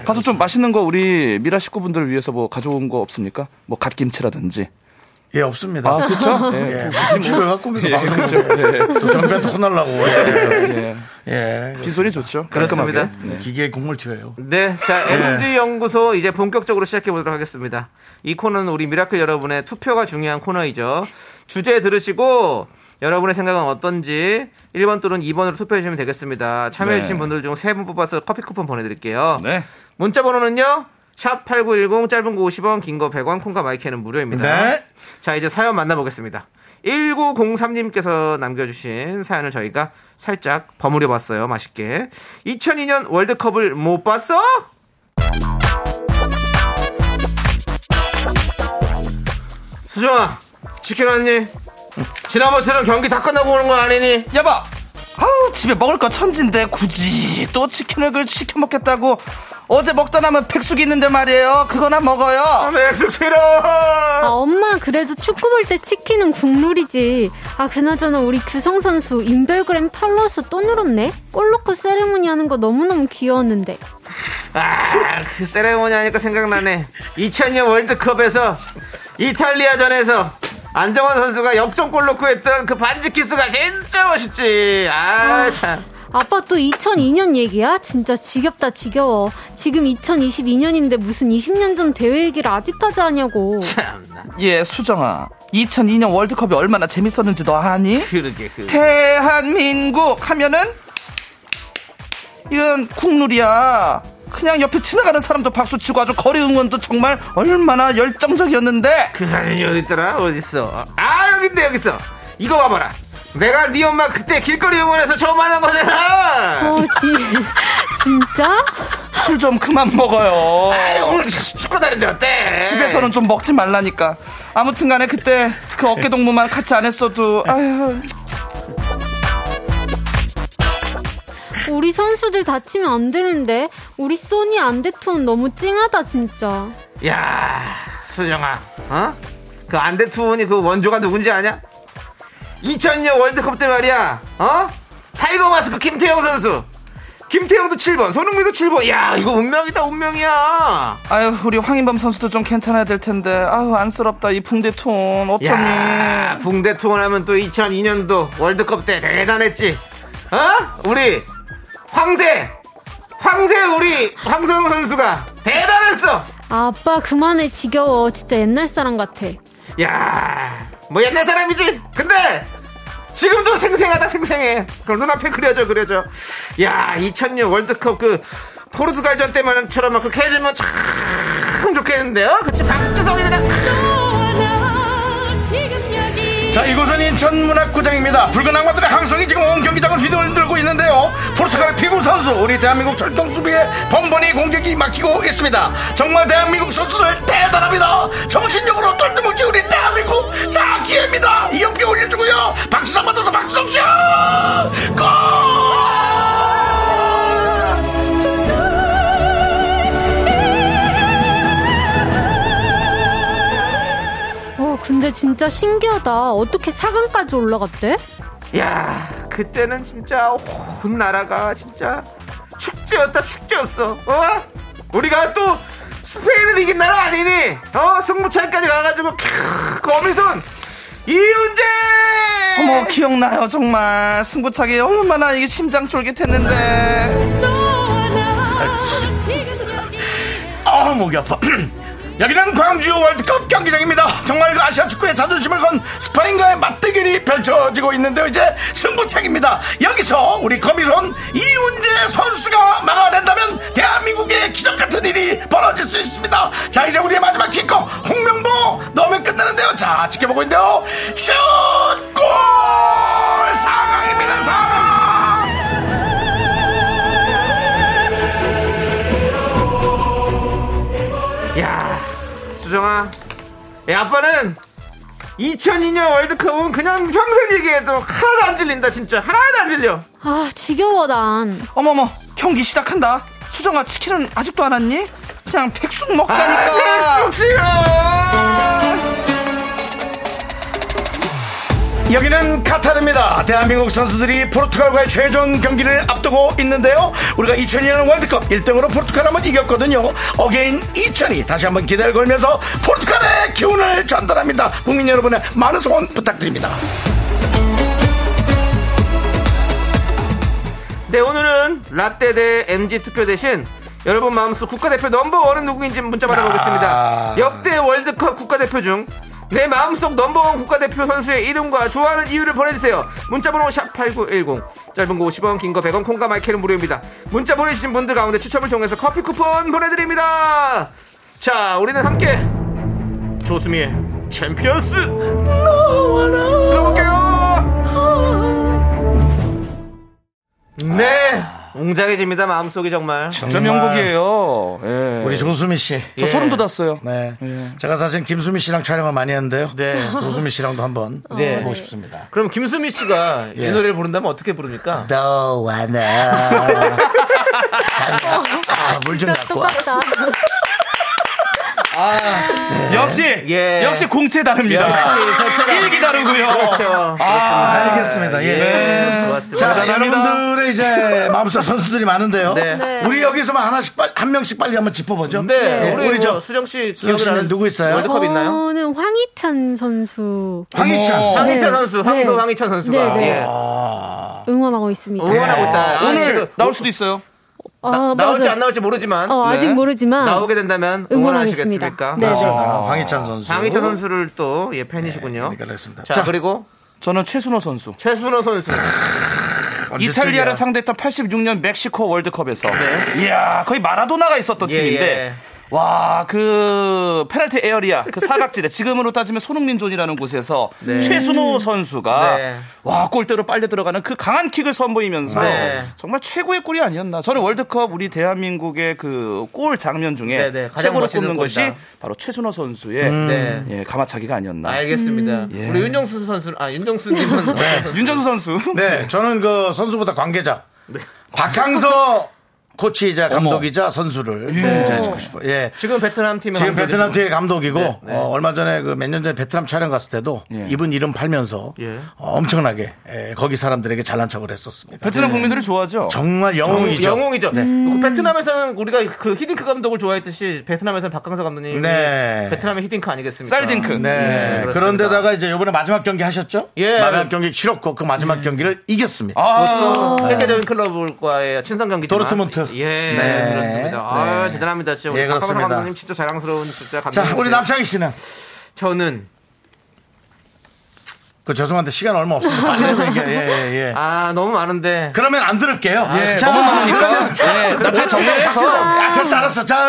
Speaker 10: 가서 좀 맛있는 거 우리 미라 식구분들을 위해서 뭐 가져온 거 없습니까? 뭐 갓김치라든지
Speaker 3: 예, 없습니다.
Speaker 10: 아 그렇죠?
Speaker 3: 예,
Speaker 10: 예.
Speaker 3: 무슨 집에 갖고 옵니까? 방송국에. 또 경비한테 혼날라고.
Speaker 10: 예.
Speaker 3: 예.
Speaker 10: 빗소리 좋죠
Speaker 4: 그렇습니다.
Speaker 10: 깔끔하게.
Speaker 3: 기계에 국물 튀어요.
Speaker 4: 네, 자 MG 연구소 이제 본격적으로 시작해 보도록 하겠습니다. 이 코너는 우리 미라클 여러분의 투표가 중요한 코너이죠. 주제 들으시고 여러분의 생각은 어떤지 1번 또는 2번으로 투표해 주시면 되겠습니다. 참여해 주신
Speaker 10: 네.
Speaker 4: 분들 중 3분 뽑아서 커피 쿠폰 보내 드릴게요.
Speaker 10: 네
Speaker 4: 문자 번호는요. 샵 8910 짧은 거 50원, 긴 거 100원, 콩과 마이크는 무료입니다.
Speaker 3: 네.
Speaker 4: 자, 이제 사연 만나보겠습니다. 1903님께서 남겨주신 사연을 저희가 살짝 버무려 봤어요. 맛있게. 2002년 월드컵을 못 봤어? 수정아, 치킨 왔니? 지난번처럼 경기 다 끝나고 오는 건 아니니?
Speaker 10: 여봐 아우 집에 먹을 거 천진데 굳이 또 치킨을 그 시켜 먹겠다고 어제 먹다 남은 백숙이 있는데 말이에요 그거나 먹어요
Speaker 4: 백숙 싫어!
Speaker 12: 아, 엄마 그래도 축구 볼 때 치킨은 국룰이지. 아 그나저나 우리 규성 선수 인별그램 팔로워수 또 늘었네. 골 넣고 세레모니 하는 거 너무너무 귀여웠는데.
Speaker 4: 아, 그 세레모니 하니까 생각나네. 2000년 월드컵에서 이탈리아전에서 안정환 선수가 역전골 넣고 했던 그 반지 키스가 진짜 멋있지. 아, 참.
Speaker 12: 아빠 또 2002년 얘기야? 진짜 지겹다 지겨워. 지금 2022년인데 무슨 20년 전 대회 얘기를 아직까지 하냐고.
Speaker 4: 참나.
Speaker 10: 예 수정아 2002년 월드컵이 얼마나 재밌었는지 너 아니?
Speaker 4: 그러게, 그.
Speaker 10: 대한민국 하면은 이건 국룰이야. 그냥 옆에 지나가는 사람도 박수 치고 아주 거리 응원도 정말 얼마나 열정적이었는데.
Speaker 4: 그 사진이 어딨더라? 어딨어? 아, 여기 있네, 여기 있어. 이거 봐봐라. 내가 네 엄마 그때 길거리 응원해서 처음 만난
Speaker 12: 어
Speaker 4: 거잖아.
Speaker 12: 지, 진짜?
Speaker 10: 술 좀 그만 먹어요.
Speaker 4: 아이, 오늘 자식 축구 다는데 어때?
Speaker 10: 집에서는 좀 먹지 말라니까. 아무튼 간에 그때 그 어깨 동무만 같이 안 했어도 아휴.
Speaker 12: 우리 선수들 다치면 안 되는데 우리 소니 안데톤 너무 찡하다 진짜.
Speaker 4: 야, 수정아, 어? 그 안대투혼이 그 원조가 누군지 아냐? 2000년 월드컵 때 말이야, 어? 타이거 마스크 김태형 선수. 김태형도 7번, 손흥민도 7번. 야, 이거 운명이다, 운명이야.
Speaker 10: 아유 우리 황인범 선수도 좀 괜찮아야 될 텐데. 아유 안쓰럽다 이 붕대톤
Speaker 4: 야,
Speaker 10: 어쩌니.
Speaker 4: 붕대투혼 하면 또 2002년도 월드컵 때 대단했지. 어? 우리 황새, 황새 우리 황선우 선수가 대단했어.
Speaker 12: 아, 아빠 그만해 지겨워 진짜 옛날 사람 같아
Speaker 4: 야, 뭐 옛날 사람이지. 근데 지금도 생생하다 생생해. 그럼 눈앞에 그려져 그려져. 야, 2000년 월드컵 그 포르투갈전 때만처럼 막 그렇게 해주면 참 좋겠는데요. 그치 박지성이 그냥
Speaker 3: 자, 이곳은 인천 문학구장입니다. 붉은 악마들의 항성이 지금 온 경기장을 휘둘들고 있는데요. 포르투갈의 피구 선수, 우리 대한민국 철통 수비에 번번이 공격이 막히고 있습니다. 정말 대한민국 선수들 대단합니다. 정신력으로 똘똘뭉치 우리 대한민국 자 기회입니다. 이영표 올려주고요. 박수상 받아서 박수성 씨! 골!
Speaker 12: 어 근데 진짜 신기하다 어떻게 4강까지 올라갔대?
Speaker 4: 야, 그때는 진짜 온 나라가 진짜 축제였다 축제였어. 어? 우리가 또 스페인을 이긴 나라 아니니? 어, 승부차기까지 가가지고, 캬, 거미손! 이윤재!
Speaker 10: 뭐
Speaker 11: 어머 기억나요 정말 승부차기 얼마나 이게 심장 쫄깃했는데
Speaker 3: 아 목이 아파 여기는 광주 월드컵 경기장입니다 정말 그 아시아 축구의 자존심을 건 스파인과의 맞대결이 펼쳐지고 있는데요 이제 승부차기입니다 여기서 우리 거미손 이훈재 선수가 막아낸다면 대한민국의 기적 같은 일이 벌어질 수 있습니다 자 이제 우리의 마지막 킥커 홍명보 넣으면 끝나는데요 자 지켜보고 있는데요 슛골 상황입니다 상황
Speaker 4: 야, 수정아. 야, 아빠는 2002년 월드컵은 그냥 평생 얘기해도 하나도 안 질린다, 진짜. 하나도 안 질려.
Speaker 12: 아 지겨워 난
Speaker 11: 어머머 경기 시작한다 수정아 치킨은 아직도 안 왔니? 그냥 백숙
Speaker 4: 아,
Speaker 11: 먹자니까
Speaker 4: 백숙 싫어!
Speaker 3: 여기는 카타르입니다. 대한민국 선수들이 포르투갈과의 최종 경기를 앞두고 있는데요. 우리가 2002년 월드컵 1등으로 포르투갈 한번 이겼거든요. 어게인 2002 다시 한번 기대를 걸면서 포르투갈의 기운을 전달합니다. 국민 여러분의 많은 소원 부탁드립니다.
Speaker 4: 네, 오늘은 라떼 대 MG 투표 대신 여러분 마음속 국가대표 넘버원은 누구인지 문자 받아보겠습니다. 역대 월드컵 국가대표 중 내 마음속 넘버원 국가대표 선수의 이름과 좋아하는 이유를 보내주세요. 문자번호 샵8910. 짧은 거 50원, 긴 거 100원, 콩과 마이크는 무료입니다. 문자 보내주신 분들 가운데 추첨을 통해서 커피 쿠폰 보내드립니다. 자, 우리는 함께 조수미의 챔피언스 들어볼게요. 네. 웅장해집니다 마음속이 정말
Speaker 3: 진짜 명곡이에요. 예. 우리 조수미 씨.
Speaker 4: 저 소름
Speaker 11: 돋았어요.
Speaker 3: 네. 제가 사실 김수미 씨랑 촬영을 많이 했는데요. 조수미 씨랑도 한번
Speaker 4: 네.
Speaker 3: 해보고 싶습니다.
Speaker 4: 그럼 김수미 씨가 이
Speaker 3: 예.
Speaker 4: 노래를 부른다면 어떻게 부릅니까?
Speaker 3: 너와나 아, 물좀 갖고 와.
Speaker 10: 역시 역시 공채 다릅니다. 아, 일기 다르고요.
Speaker 4: 그렇죠.
Speaker 3: 아, 알겠습니다. 예.
Speaker 10: 네, 좋았습니다.
Speaker 3: 자, 여러분들의 이제 마음속 선수들이 많은데요.
Speaker 4: 네. 네.
Speaker 3: 우리 여기서만 하나씩 빨- 한 명씩 빨리 한번 짚어보죠.
Speaker 4: 네,
Speaker 3: 예,
Speaker 4: 우리,
Speaker 3: 우리 저
Speaker 4: 수정 씨
Speaker 3: 수정
Speaker 4: 기억을
Speaker 3: 씨는
Speaker 4: 하는
Speaker 3: 누구 있어요?
Speaker 4: 월드컵 있나요?
Speaker 12: 저는 황희찬 선수
Speaker 3: 황희찬. 아,
Speaker 12: 네.
Speaker 4: 황희찬 선수, 황소 황희찬 선수가
Speaker 12: 네, 네.
Speaker 3: 어.
Speaker 4: 예.
Speaker 12: 응원하고 있습니다.
Speaker 4: 응원하고 있다. 아,
Speaker 11: 오늘
Speaker 4: 지금
Speaker 11: 나올 수도 있어요
Speaker 12: 어,
Speaker 4: 나올지
Speaker 12: 맞아요.
Speaker 4: 안 나올지 모르지만 네.
Speaker 12: 어, 아직 모르지만
Speaker 4: 나오게 된다면
Speaker 12: 응원하겠습니다.
Speaker 4: 응원하시겠습니까?
Speaker 12: 네, 네.
Speaker 3: 아, 황희찬 선수. 그러니까
Speaker 4: 황희찬 선수를 또 예, 팬이시군요.
Speaker 3: 네, 그렇습니다.
Speaker 4: 자,
Speaker 3: 자.
Speaker 4: 그리고
Speaker 11: 저는 최순호 선수
Speaker 4: 최순호 선수.
Speaker 10: 이탈리아를 상대했던 86년 멕시코 월드컵에서 이야 거의 마라도나가 있었던
Speaker 4: 네. 예,
Speaker 10: 팀인데
Speaker 4: 예.
Speaker 10: 와 그 페널티 에어리아 그 사각지대 지금으로 따지면 손흥민 존이라는 곳에서 최순호 선수가
Speaker 4: 네.
Speaker 10: 와 골대로 빨려 들어가는 그 강한 킥을 선보이면서
Speaker 4: 네.
Speaker 10: 정말 최고의 골이 아니었나 저는 월드컵 우리 대한민국의 그 골 장면
Speaker 4: 네,
Speaker 10: 중에
Speaker 4: 네. 가장
Speaker 10: 최고로
Speaker 4: 멋있는
Speaker 10: 꼽는 것이
Speaker 4: 골이다.
Speaker 10: 바로 최순호 선수의
Speaker 4: 네.
Speaker 10: 예, 가마차기가 아니었나
Speaker 3: 음.
Speaker 4: 알겠습니다.
Speaker 10: 예.
Speaker 4: 우리 윤정수 선수, 아 윤정수님은 어떤 선수?
Speaker 10: 윤정수 선수
Speaker 3: 네, 저는 그 선수보다 관계자. 박항서 코치이자 감독이자 선수를 인정해주고 싶어요. 예.
Speaker 4: 지금 베트남 팀의
Speaker 3: 지금
Speaker 4: 감독이죠.
Speaker 3: 베트남 팀의 감독이고 어, 얼마 전에 그 몇 년 전에 베트남 촬영 갔을 때도 이분 이름 팔면서
Speaker 4: 예.
Speaker 3: 어, 엄청나게 예, 거기 사람들에게 잘난 척을 했었습니다.
Speaker 4: 네.
Speaker 10: 베트남 국민들이 좋아하죠
Speaker 3: 정말 영웅이죠. 네. 음.
Speaker 4: 영웅이죠. 그 베트남에서는 우리가 그 히딩크 감독을 좋아했듯이 베트남에서는 박강서 감독님
Speaker 3: 네.
Speaker 4: 예, 베트남의 히딩크 아니겠습니까?
Speaker 10: 쌀딩크
Speaker 3: 네.
Speaker 4: 그렇습니다.
Speaker 3: 그런데다가 이제 이번에 마지막 경기 하셨죠?
Speaker 4: 예.
Speaker 3: 마지막 경기 치렀고 그 마지막 경기를 이겼습니다.
Speaker 4: 그것도 세계적인 클럽과의 친선 경기
Speaker 3: 어. 도르트문트.
Speaker 4: 예
Speaker 3: 네.
Speaker 4: 그렇습니다. 아
Speaker 3: 네.
Speaker 4: 대단합니다. 진짜
Speaker 3: 예,
Speaker 4: 우리 박강서
Speaker 3: 그렇습니다.
Speaker 4: 감독님 진짜 자랑스러운 진짜 감독.
Speaker 3: 자, 우리 남창희 씨는
Speaker 4: 저는
Speaker 3: 그 죄송한데 시간 얼마 없어서 빨리 좀 얘기해. 예, 예, 예.
Speaker 4: 아 너무 많은데 아, 그렇죠.
Speaker 3: 그러면 안 들을게요. 예,
Speaker 10: 너무 많으니까 예,
Speaker 3: 남창희 정리해서. 아, 됐어, 알았어. 자,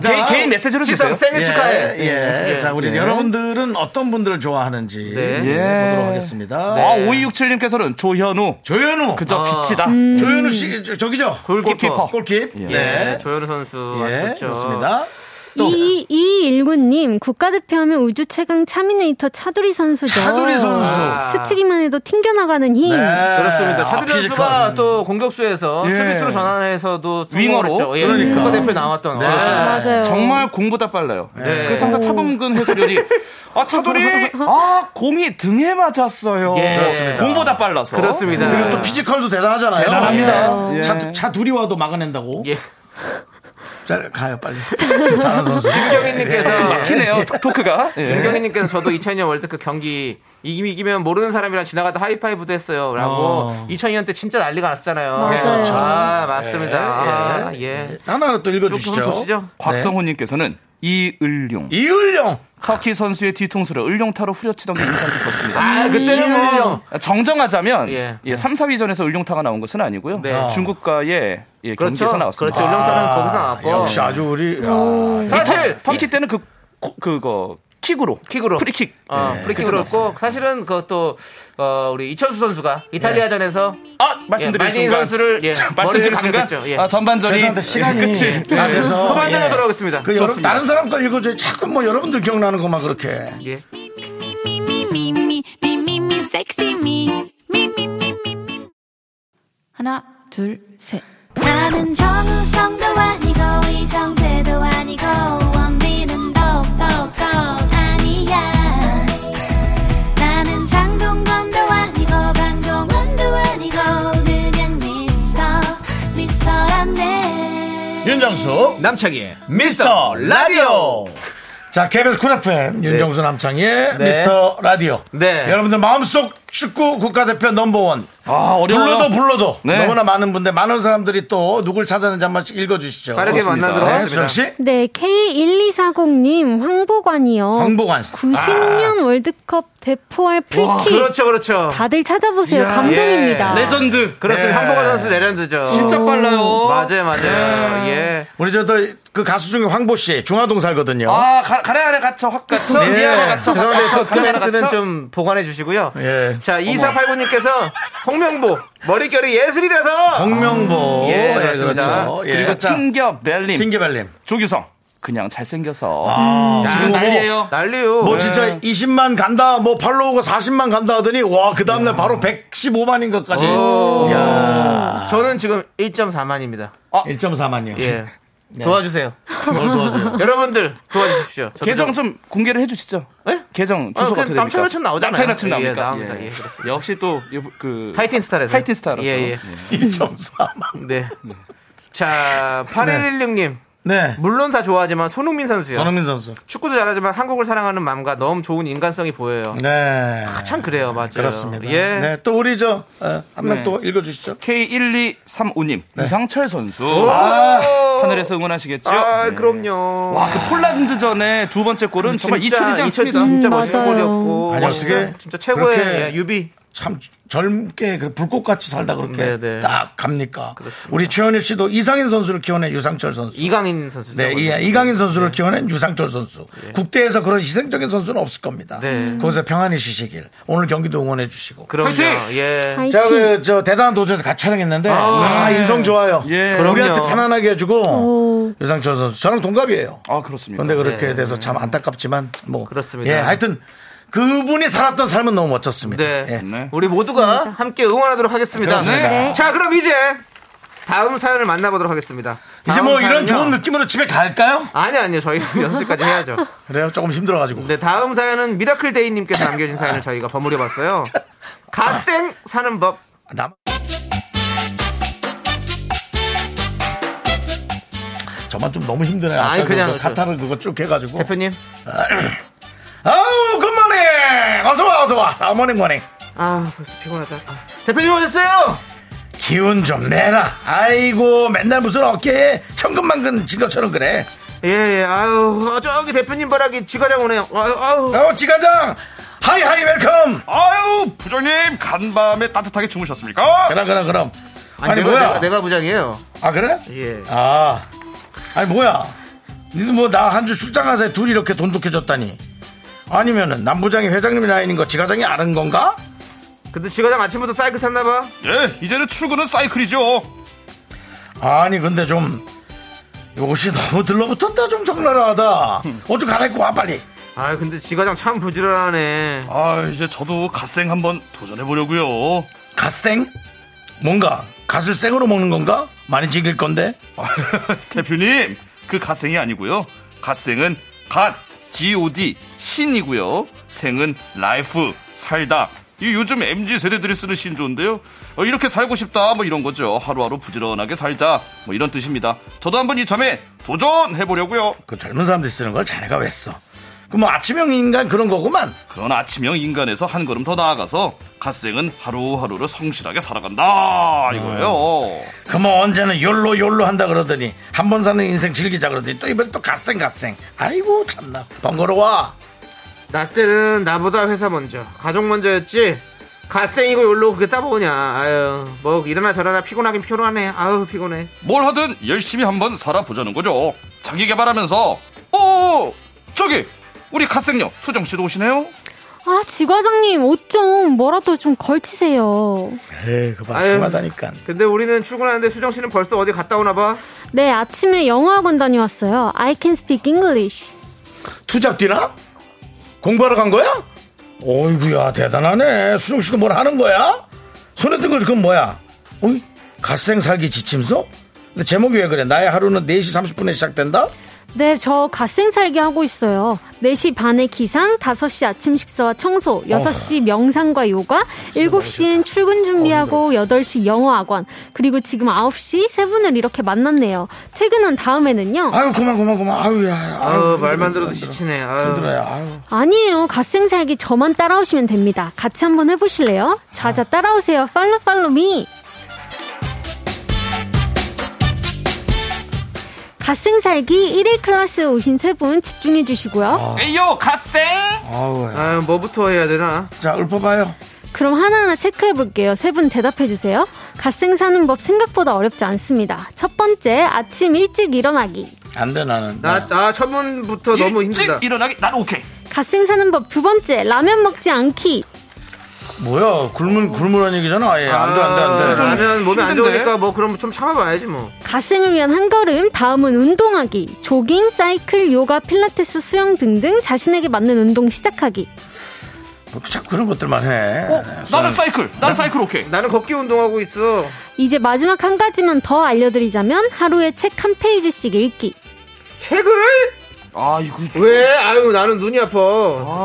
Speaker 3: 그래서 자,
Speaker 10: 개, 개인 메시지로 주세요
Speaker 4: 지성 생일
Speaker 3: 예,
Speaker 4: 축하해.
Speaker 3: 예. 자, 우리
Speaker 10: 예.
Speaker 3: 여러분들은 어떤 분들을 좋아하는지
Speaker 4: 네.
Speaker 3: 예. 보도록 하겠습니다.
Speaker 10: 아, 5267님께서는 조현우.
Speaker 3: 조현우.
Speaker 10: 그저
Speaker 4: 아.
Speaker 10: 빛이다.
Speaker 3: 조현우 씨, 저- 저기죠?
Speaker 4: 골키퍼.
Speaker 3: 골킵.
Speaker 10: 예.
Speaker 3: 네.
Speaker 4: 조현우 선수
Speaker 3: 예,
Speaker 4: 좋죠.
Speaker 3: 좋습니다.
Speaker 12: 이, 이일구님 국가대표 하면 우주 최강 차미네이터 차두리
Speaker 4: 그렇죠.
Speaker 12: 선수죠.
Speaker 3: 차두리 선수.
Speaker 12: 스치기만 해도 튕겨나가는 힘.
Speaker 3: 아, 네.
Speaker 4: 그렇습니다.
Speaker 3: 아,
Speaker 4: 차두리 선수가
Speaker 3: 피지컬.
Speaker 4: 또 공격수에서
Speaker 10: 예.
Speaker 4: 수비수로 전환해서도
Speaker 10: 윙어로?
Speaker 4: 성공했죠. 예,
Speaker 3: 그러니까.
Speaker 4: 국가대표 나왔던. 와.
Speaker 12: 맞아요.
Speaker 10: 정말 공보다 빨라요.
Speaker 4: 네.
Speaker 10: 그래서 항상 차범근 해설위원이 아 차돌이 아 공이 등에 맞았어요.
Speaker 4: 예. 그렇습니다.
Speaker 10: 공보다 빨라서.
Speaker 4: 그렇습니다.
Speaker 3: 그리고 또 피지컬도 대단하잖아요.
Speaker 10: 대단합니다.
Speaker 3: 예.
Speaker 10: 예.
Speaker 3: 차, 차 둘이 와도 막아낸다고.
Speaker 4: 예.
Speaker 3: 잘 가요 빨리. 그 다른 선수. 예.
Speaker 4: 김경희님께서
Speaker 10: 막히네요, 토크가. 예.
Speaker 4: 김경희님께서 저도 2002년 월드컵 경기 이기면, 이기면 모르는 사람이랑 지나가다 하이파이브도 했어요라고
Speaker 3: 어.
Speaker 4: 2002년 때 진짜 난리가 났잖아요.
Speaker 3: 맞아요.
Speaker 4: 아, 맞습니다. 아, 예.
Speaker 3: 하나하나 예. 또
Speaker 4: 조금 보시죠.
Speaker 10: 곽성호님께서는 이을용.
Speaker 3: 이을용.
Speaker 10: 터키 선수의 뒤통수를 을룡타로 후려치던 게 인상 깊었습니다.
Speaker 4: 아, 그때는 뭐- 이을룡.
Speaker 10: 정정하자면 예. 3, 4위전에서 을룡타가 나온 것은 아니고요. 어.
Speaker 4: 네.
Speaker 10: 중국과의 예,
Speaker 4: 그렇죠.
Speaker 10: 경기에서 나왔습니다.
Speaker 4: 그렇죠. 을룡타는 거기서 나왔고.
Speaker 3: 아,
Speaker 4: 음.
Speaker 3: 역시 아주 우리. 아,
Speaker 4: 사실
Speaker 10: 터, 키 때는 그 코- 그거 킥으로
Speaker 4: 킥으로
Speaker 10: 프리킥
Speaker 4: 어,
Speaker 10: 예,
Speaker 4: 프리킥으로
Speaker 10: 그때
Speaker 4: 했고 사실은 그것도 어, 우리 이천수 선수가 이탈리아전에서
Speaker 10: 아 말씀드릴
Speaker 4: 예, 마딘
Speaker 10: 순간
Speaker 4: 선수를 예,
Speaker 10: 자, 말씀드릴
Speaker 4: 머리를
Speaker 10: 순간
Speaker 4: 감겼죠. 예.
Speaker 10: 아, 전반전이
Speaker 3: 죄송한데 시간이 예. 다 돼서
Speaker 4: 후반전에
Speaker 3: 예.
Speaker 4: 돌아오겠습니다.
Speaker 3: 그 여러분 다른 사람 거 읽어줘요. 자꾸 뭐 여러분들 기억나는 것만 그렇게.
Speaker 4: 예.
Speaker 13: 하나, 둘, 셋.
Speaker 7: 나는 정우성도 아니고 이정재도 아니고 원빈은 더욱더 아니야 나는 장동건도 아니고 강동원도 아니고 그냥 미스터 미스터란데
Speaker 3: 윤정수 남창희 미스터 라디오. 자 KBS 쿨
Speaker 4: 네.
Speaker 3: FM 윤정수 남창희의
Speaker 8: 네.
Speaker 3: 미스터 라디오.
Speaker 8: 네.
Speaker 3: 여러분들 마음속 축구 국가대표 넘버원.
Speaker 10: 아, 어려워요.
Speaker 3: 불러도 불러도
Speaker 10: 네.
Speaker 3: 너무나 많은 분들 많은 사람들이 또 누굴 찾아내는지 한 번씩 읽어주시죠.
Speaker 4: 빠르게
Speaker 3: 그렇습니다.
Speaker 4: 만나도록
Speaker 3: 네,
Speaker 4: 하겠습니다.
Speaker 3: 수정 씨.
Speaker 12: 네, K1240님, 황보관이요.
Speaker 4: 어,
Speaker 3: 황보관 씨. 아.
Speaker 12: 90년 월드컵 대포할
Speaker 4: 아. 와,
Speaker 12: 프리킥.
Speaker 4: 그렇죠, 그렇죠.
Speaker 12: 다들 찾아보세요.
Speaker 4: 이야,
Speaker 12: 감동입니다.
Speaker 4: 예. 그렇습니다.
Speaker 3: 네.
Speaker 4: 한보가 선수 레전드죠.
Speaker 3: 진짜 빨라요.
Speaker 4: 맞아요,
Speaker 10: 네.
Speaker 4: 맞아요. 예.
Speaker 3: 우리 저 그 가수 중에 황보 씨 중화동 살거든요.
Speaker 10: 아 가- 가래하래 갇혀 확 갇혀
Speaker 3: 네.
Speaker 10: 미아래 갇혀 확
Speaker 4: 죄송한데
Speaker 10: 갇혀
Speaker 4: 그
Speaker 10: 가래하래
Speaker 4: 코멘트는
Speaker 10: 갇혀
Speaker 4: 좀 보관해 주시고요.
Speaker 3: 예.
Speaker 4: 자, 2489님께서 홍명보 머릿결이 예술이라서
Speaker 3: 홍명보.
Speaker 4: 예,
Speaker 3: 예,
Speaker 4: 그렇습니다.
Speaker 3: 그렇죠. 예.
Speaker 10: 그리고
Speaker 3: 자,
Speaker 10: 튕겨 벨림
Speaker 3: 튕겨 벨림.
Speaker 10: 조규성 그냥 잘생겨서
Speaker 3: 아,
Speaker 10: 음.
Speaker 3: 지금
Speaker 10: 야,
Speaker 3: 뭐-
Speaker 10: 난리예요
Speaker 4: 난리요.
Speaker 3: 뭐
Speaker 10: 네.
Speaker 3: 진짜 20만 간다, 뭐 팔로우가 40만 간다 하더니 와 그 다음날 바로 115만인 것까지. 야
Speaker 4: 저는 지금 1.4만입니다.
Speaker 3: 1.4만이요.
Speaker 4: 아. 예.
Speaker 10: 네.
Speaker 4: 도와주세요. 여러분들 도와주십시오. 저도 아,
Speaker 10: 계정 좀 공개를 해주시죠 계정
Speaker 4: 그냥
Speaker 10: 주소가 어떻게 됩니까
Speaker 4: 남창희 춤 나오잖아요.
Speaker 10: 남창희 춤
Speaker 4: 예,
Speaker 10: 나옵니까
Speaker 4: 나옵니다. 예,
Speaker 10: 역시 또그
Speaker 4: 하이틴 스타라서.
Speaker 10: 하이틴 스타라서
Speaker 4: 예, 예.
Speaker 3: 2.4만.
Speaker 4: 네. 자, 8116님.
Speaker 3: 네.
Speaker 4: 물론 다 좋아하지만 손흥민 선수요.
Speaker 3: 전호민 선수.
Speaker 4: 축구도 잘하지만 한국을 사랑하는 마음과 너무 좋은 인간성이 보여요.
Speaker 3: 네.
Speaker 4: 아, 참 그래요, 맞아요.
Speaker 3: 그렇습니다.
Speaker 4: 예.
Speaker 3: 네. 또 우리 저, 어, 한 명
Speaker 10: 네.
Speaker 3: 또 읽어주시죠.
Speaker 10: K1235님 유상철 선수 아, 하늘에서 응원하시겠죠
Speaker 4: 아,
Speaker 10: 네.
Speaker 4: 그럼요.
Speaker 10: 와, 그 폴란드전의 두 번째 골은 정말
Speaker 4: 진짜
Speaker 10: 잊혀지지 않습니다.
Speaker 4: 잊혀지지 진짜
Speaker 12: 음,
Speaker 4: 멋있는
Speaker 12: 맞아요.
Speaker 4: 골이었고
Speaker 3: 아니,
Speaker 4: 멋있어요.
Speaker 3: 어떻게
Speaker 4: 진짜 최고의
Speaker 3: 그렇게
Speaker 4: 예, 유비.
Speaker 3: 참 젊게 그 불꽃같이 살다 그렇게
Speaker 4: 네, 네.
Speaker 3: 딱 갑니까? 우리 최현일 씨도 이상인 선수를 키워낸 유상철 선수.
Speaker 4: 이강인 선수.
Speaker 3: 네, 이, 이강인 선수를 키워낸 유상철 선수. 국대에서 그런 희생적인 선수는 없을 겁니다.
Speaker 4: 네.
Speaker 3: 거기서 평안히 쉬시길. 오늘 경기도 응원해 주시고.
Speaker 4: 그럼요.
Speaker 3: 음. 화이팅!
Speaker 4: 예.
Speaker 12: 화이팅.
Speaker 3: 제가 그, 저, 대단한 도전에서 같이 촬영했는데, 아, 인성 좋아요.
Speaker 10: 예.
Speaker 3: 우리한테
Speaker 4: 그럼요.
Speaker 3: 편안하게 해주고,
Speaker 12: 오.
Speaker 3: 유상철 선수. 저랑 동갑이에요.
Speaker 10: 아, 그렇습니다.
Speaker 3: 근데 그렇게
Speaker 4: 네.
Speaker 3: 돼서 참 안타깝지만, 뭐.
Speaker 4: 그렇습니다.
Speaker 3: 예, 하여튼, 그분이 살았던 삶은 너무 멋졌습니다.
Speaker 4: 네.
Speaker 3: 예.
Speaker 10: 네.
Speaker 4: 우리 모두가 함께 응원하도록 하겠습니다.
Speaker 3: 그렇습니다. 네.
Speaker 4: 자, 그럼 이제 다음 사연을 만나보도록 하겠습니다.
Speaker 3: 이제
Speaker 4: 다음
Speaker 3: 뭐 이런
Speaker 4: 사연은요.
Speaker 3: 좋은 느낌으로 집에 갈까요?
Speaker 4: 아니, 아니요. 저희는 6시까지 해야죠.
Speaker 3: 그래요? 조금 힘들어가지고.
Speaker 4: 네, 다음 사연은 미라클데이님께서 남겨진 사연을 저희가 버무려봤어요. 갓생 사는 법.
Speaker 3: 남... 저만 좀 너무 힘드네요. 아까
Speaker 4: 아니, 그냥
Speaker 3: 그거
Speaker 4: 그렇죠.
Speaker 3: 가타를 그거 쭉 해가지고.
Speaker 4: 대표님.
Speaker 3: 아우 굿모닝. 어서 와 어서 와. 아 모닝 모닝.
Speaker 4: 아, 벌써 피곤하다. 아, 대표님 오셨어요?
Speaker 3: 기운 좀 내라. 아이고 맨날 무슨 어깨에 천근만근 진 것처럼 그래.
Speaker 4: 예, 예, 아유, 어, 저기 대표님 바라기 지가장 오네요. 어, 아유, 아유.
Speaker 3: 아우 지과장. 하이 하이 웰컴.
Speaker 10: 네.
Speaker 14: 아유 부장님 간밤에 따뜻하게 주무셨습니까?
Speaker 3: 그럼 그럼 그럼.
Speaker 4: 아니,
Speaker 3: 아니,
Speaker 4: 내가,
Speaker 3: 뭐야?
Speaker 4: 내가, 내가 부장이에요.
Speaker 3: 아 그래?
Speaker 4: 예.
Speaker 3: 아 아니 뭐야? 니들 뭐 나 한 주 출장 가서 둘이 이렇게 돈독해졌다니. 아니면은 남부장이 회장님 라인인 거 지과장이 아는 건가?
Speaker 4: 근데 지가장 아침부터 사이클 탔나봐.
Speaker 14: 예 이제는 출근은 사이클이죠
Speaker 3: 아니 근데 좀 옷이 너무 들러붙었다 좀 적나라하다 옷 좀 갈아입고 와 빨리
Speaker 4: 아, 근데 지가장 참 부지런하네.
Speaker 14: 아 이제 저도 갓생 한번 도전해보려고요
Speaker 3: 갓생? 뭔가 갓을 생으로 먹는 건가? 많이 질길 건데
Speaker 14: 대표님 그 갓생이 아니고요 갓생은 갓 G.O.D 신이고요 생은 라이프 살다 이 요즘 MZ 세대들이 쓰는 신조인데요. 어, 이렇게 살고 싶다 뭐 이런 거죠. 하루하루 부지런하게 살자 뭐 이런 뜻입니다. 저도 한번 이 점에 도전해 보려고요.
Speaker 3: 그 젊은 사람들이 쓰는 걸 자네가 왜 써? 그뭐 아침형 인간 그런 거구만.
Speaker 14: 그런 아침형 인간에서 한 걸음 더 나아가서 갓생은 하루하루를 성실하게 살아간다 이거예요.
Speaker 3: 그뭐 언제는 욜로 욜로 한다 그러더니 한 번 사는 인생 즐기자 그러더니 또 이번에 또 갓생 갓생. 아이고 참나 번거로워.
Speaker 4: 나 때는 나보다 회사 먼저 가족 먼저였지 갓생이고 욜로 그게 따보냐 아유 뭐 일어나 저러나 피곤하긴 피곤하네 아유 피곤해
Speaker 14: 뭘 하든 열심히 한번 살아보자는 거죠. 자기 개발하면서 오 저기 우리 갓생녀 수정 씨도 오시네요.
Speaker 12: 아, 지과장님, 옷 좀 뭐라도 좀 걸치세요.
Speaker 3: 에이, 그봐 심하다니까.
Speaker 4: 근데 우리는 출근하는데 수정 씨는 벌써 어디 갔다 오나 봐
Speaker 12: 네, 아침에 영어학원 다녀왔어요. I can speak English.
Speaker 3: 투잡 뛰나? 공부하러 간 거야? 어이구야 대단하네. 수정 씨도 뭘 하는 거야? 손에 든 거 그건 뭐야? 어이 갓생 살기 지침서? 근데 제목이 왜 그래? 나의 하루는 4시 30분에 시작된다?
Speaker 12: 네, 저 갓생살기 하고 있어요. 4시 반에 기상, 5시 아침 식사와 청소, 6시 명상과 요가, 7시엔 출근 준비하고, 8시 영어학원, 그리고 지금 9시 세 분을 이렇게 만났네요. 퇴근한 다음에는요.
Speaker 3: 아유, 그만, 그만, 그만. 아유야.
Speaker 4: 아유, 말만 들어도 지치네 아유.
Speaker 3: 힘들어요. 아유.
Speaker 12: 아니에요. 갓생살기 저만 따라오시면 됩니다. 같이 한번 해보실래요? 자자 따라오세요. 팔로 팔로 미. 갓생살기 1일 클래스 오신 세 분 집중해
Speaker 4: 아.
Speaker 12: 주시고요.
Speaker 10: 에이요 갓생
Speaker 4: 어, 아유 뭐부터 해야 되나
Speaker 3: 자 읊어봐요
Speaker 12: 그럼 하나하나 체크해 볼게요. 세 분 대답해 주세요. 갓생 사는 법 생각보다 어렵지 않습니다. 첫 번째, 아침 일찍 일어나기.
Speaker 3: 안 돼 나는.
Speaker 4: 나, 아, 첫 문부터 너무 힘들다.
Speaker 10: 일어나기? 난 오케이.
Speaker 12: 갓생 사는 법 두 번째, 라면 먹지 않기.
Speaker 3: 뭐야 굶은 굶으란 얘기잖아. 아예 안 돼, 안 돼, 안 돼.
Speaker 4: 아, 라면 몸에 안 좋으니까 뭐 그럼 좀 참아봐야지 뭐.
Speaker 12: 갓생을 위한 한 걸음, 다음은 운동하기. 조깅, 사이클, 요가, 필라테스, 수영 등등 자신에게 맞는 운동 시작하기.
Speaker 3: 뭐 자꾸 그런 것들만 해.
Speaker 4: 어? 네.
Speaker 10: 나는 사이클. 나는 사이클 오케이.
Speaker 4: 나는 걷기 운동하고 있어.
Speaker 12: 이제 마지막 한 가지만 더 알려드리자면 하루에 책 한 페이지씩 읽기.
Speaker 4: 책을?
Speaker 10: 아 이거
Speaker 4: 왜? 아유 나는 눈이 아파.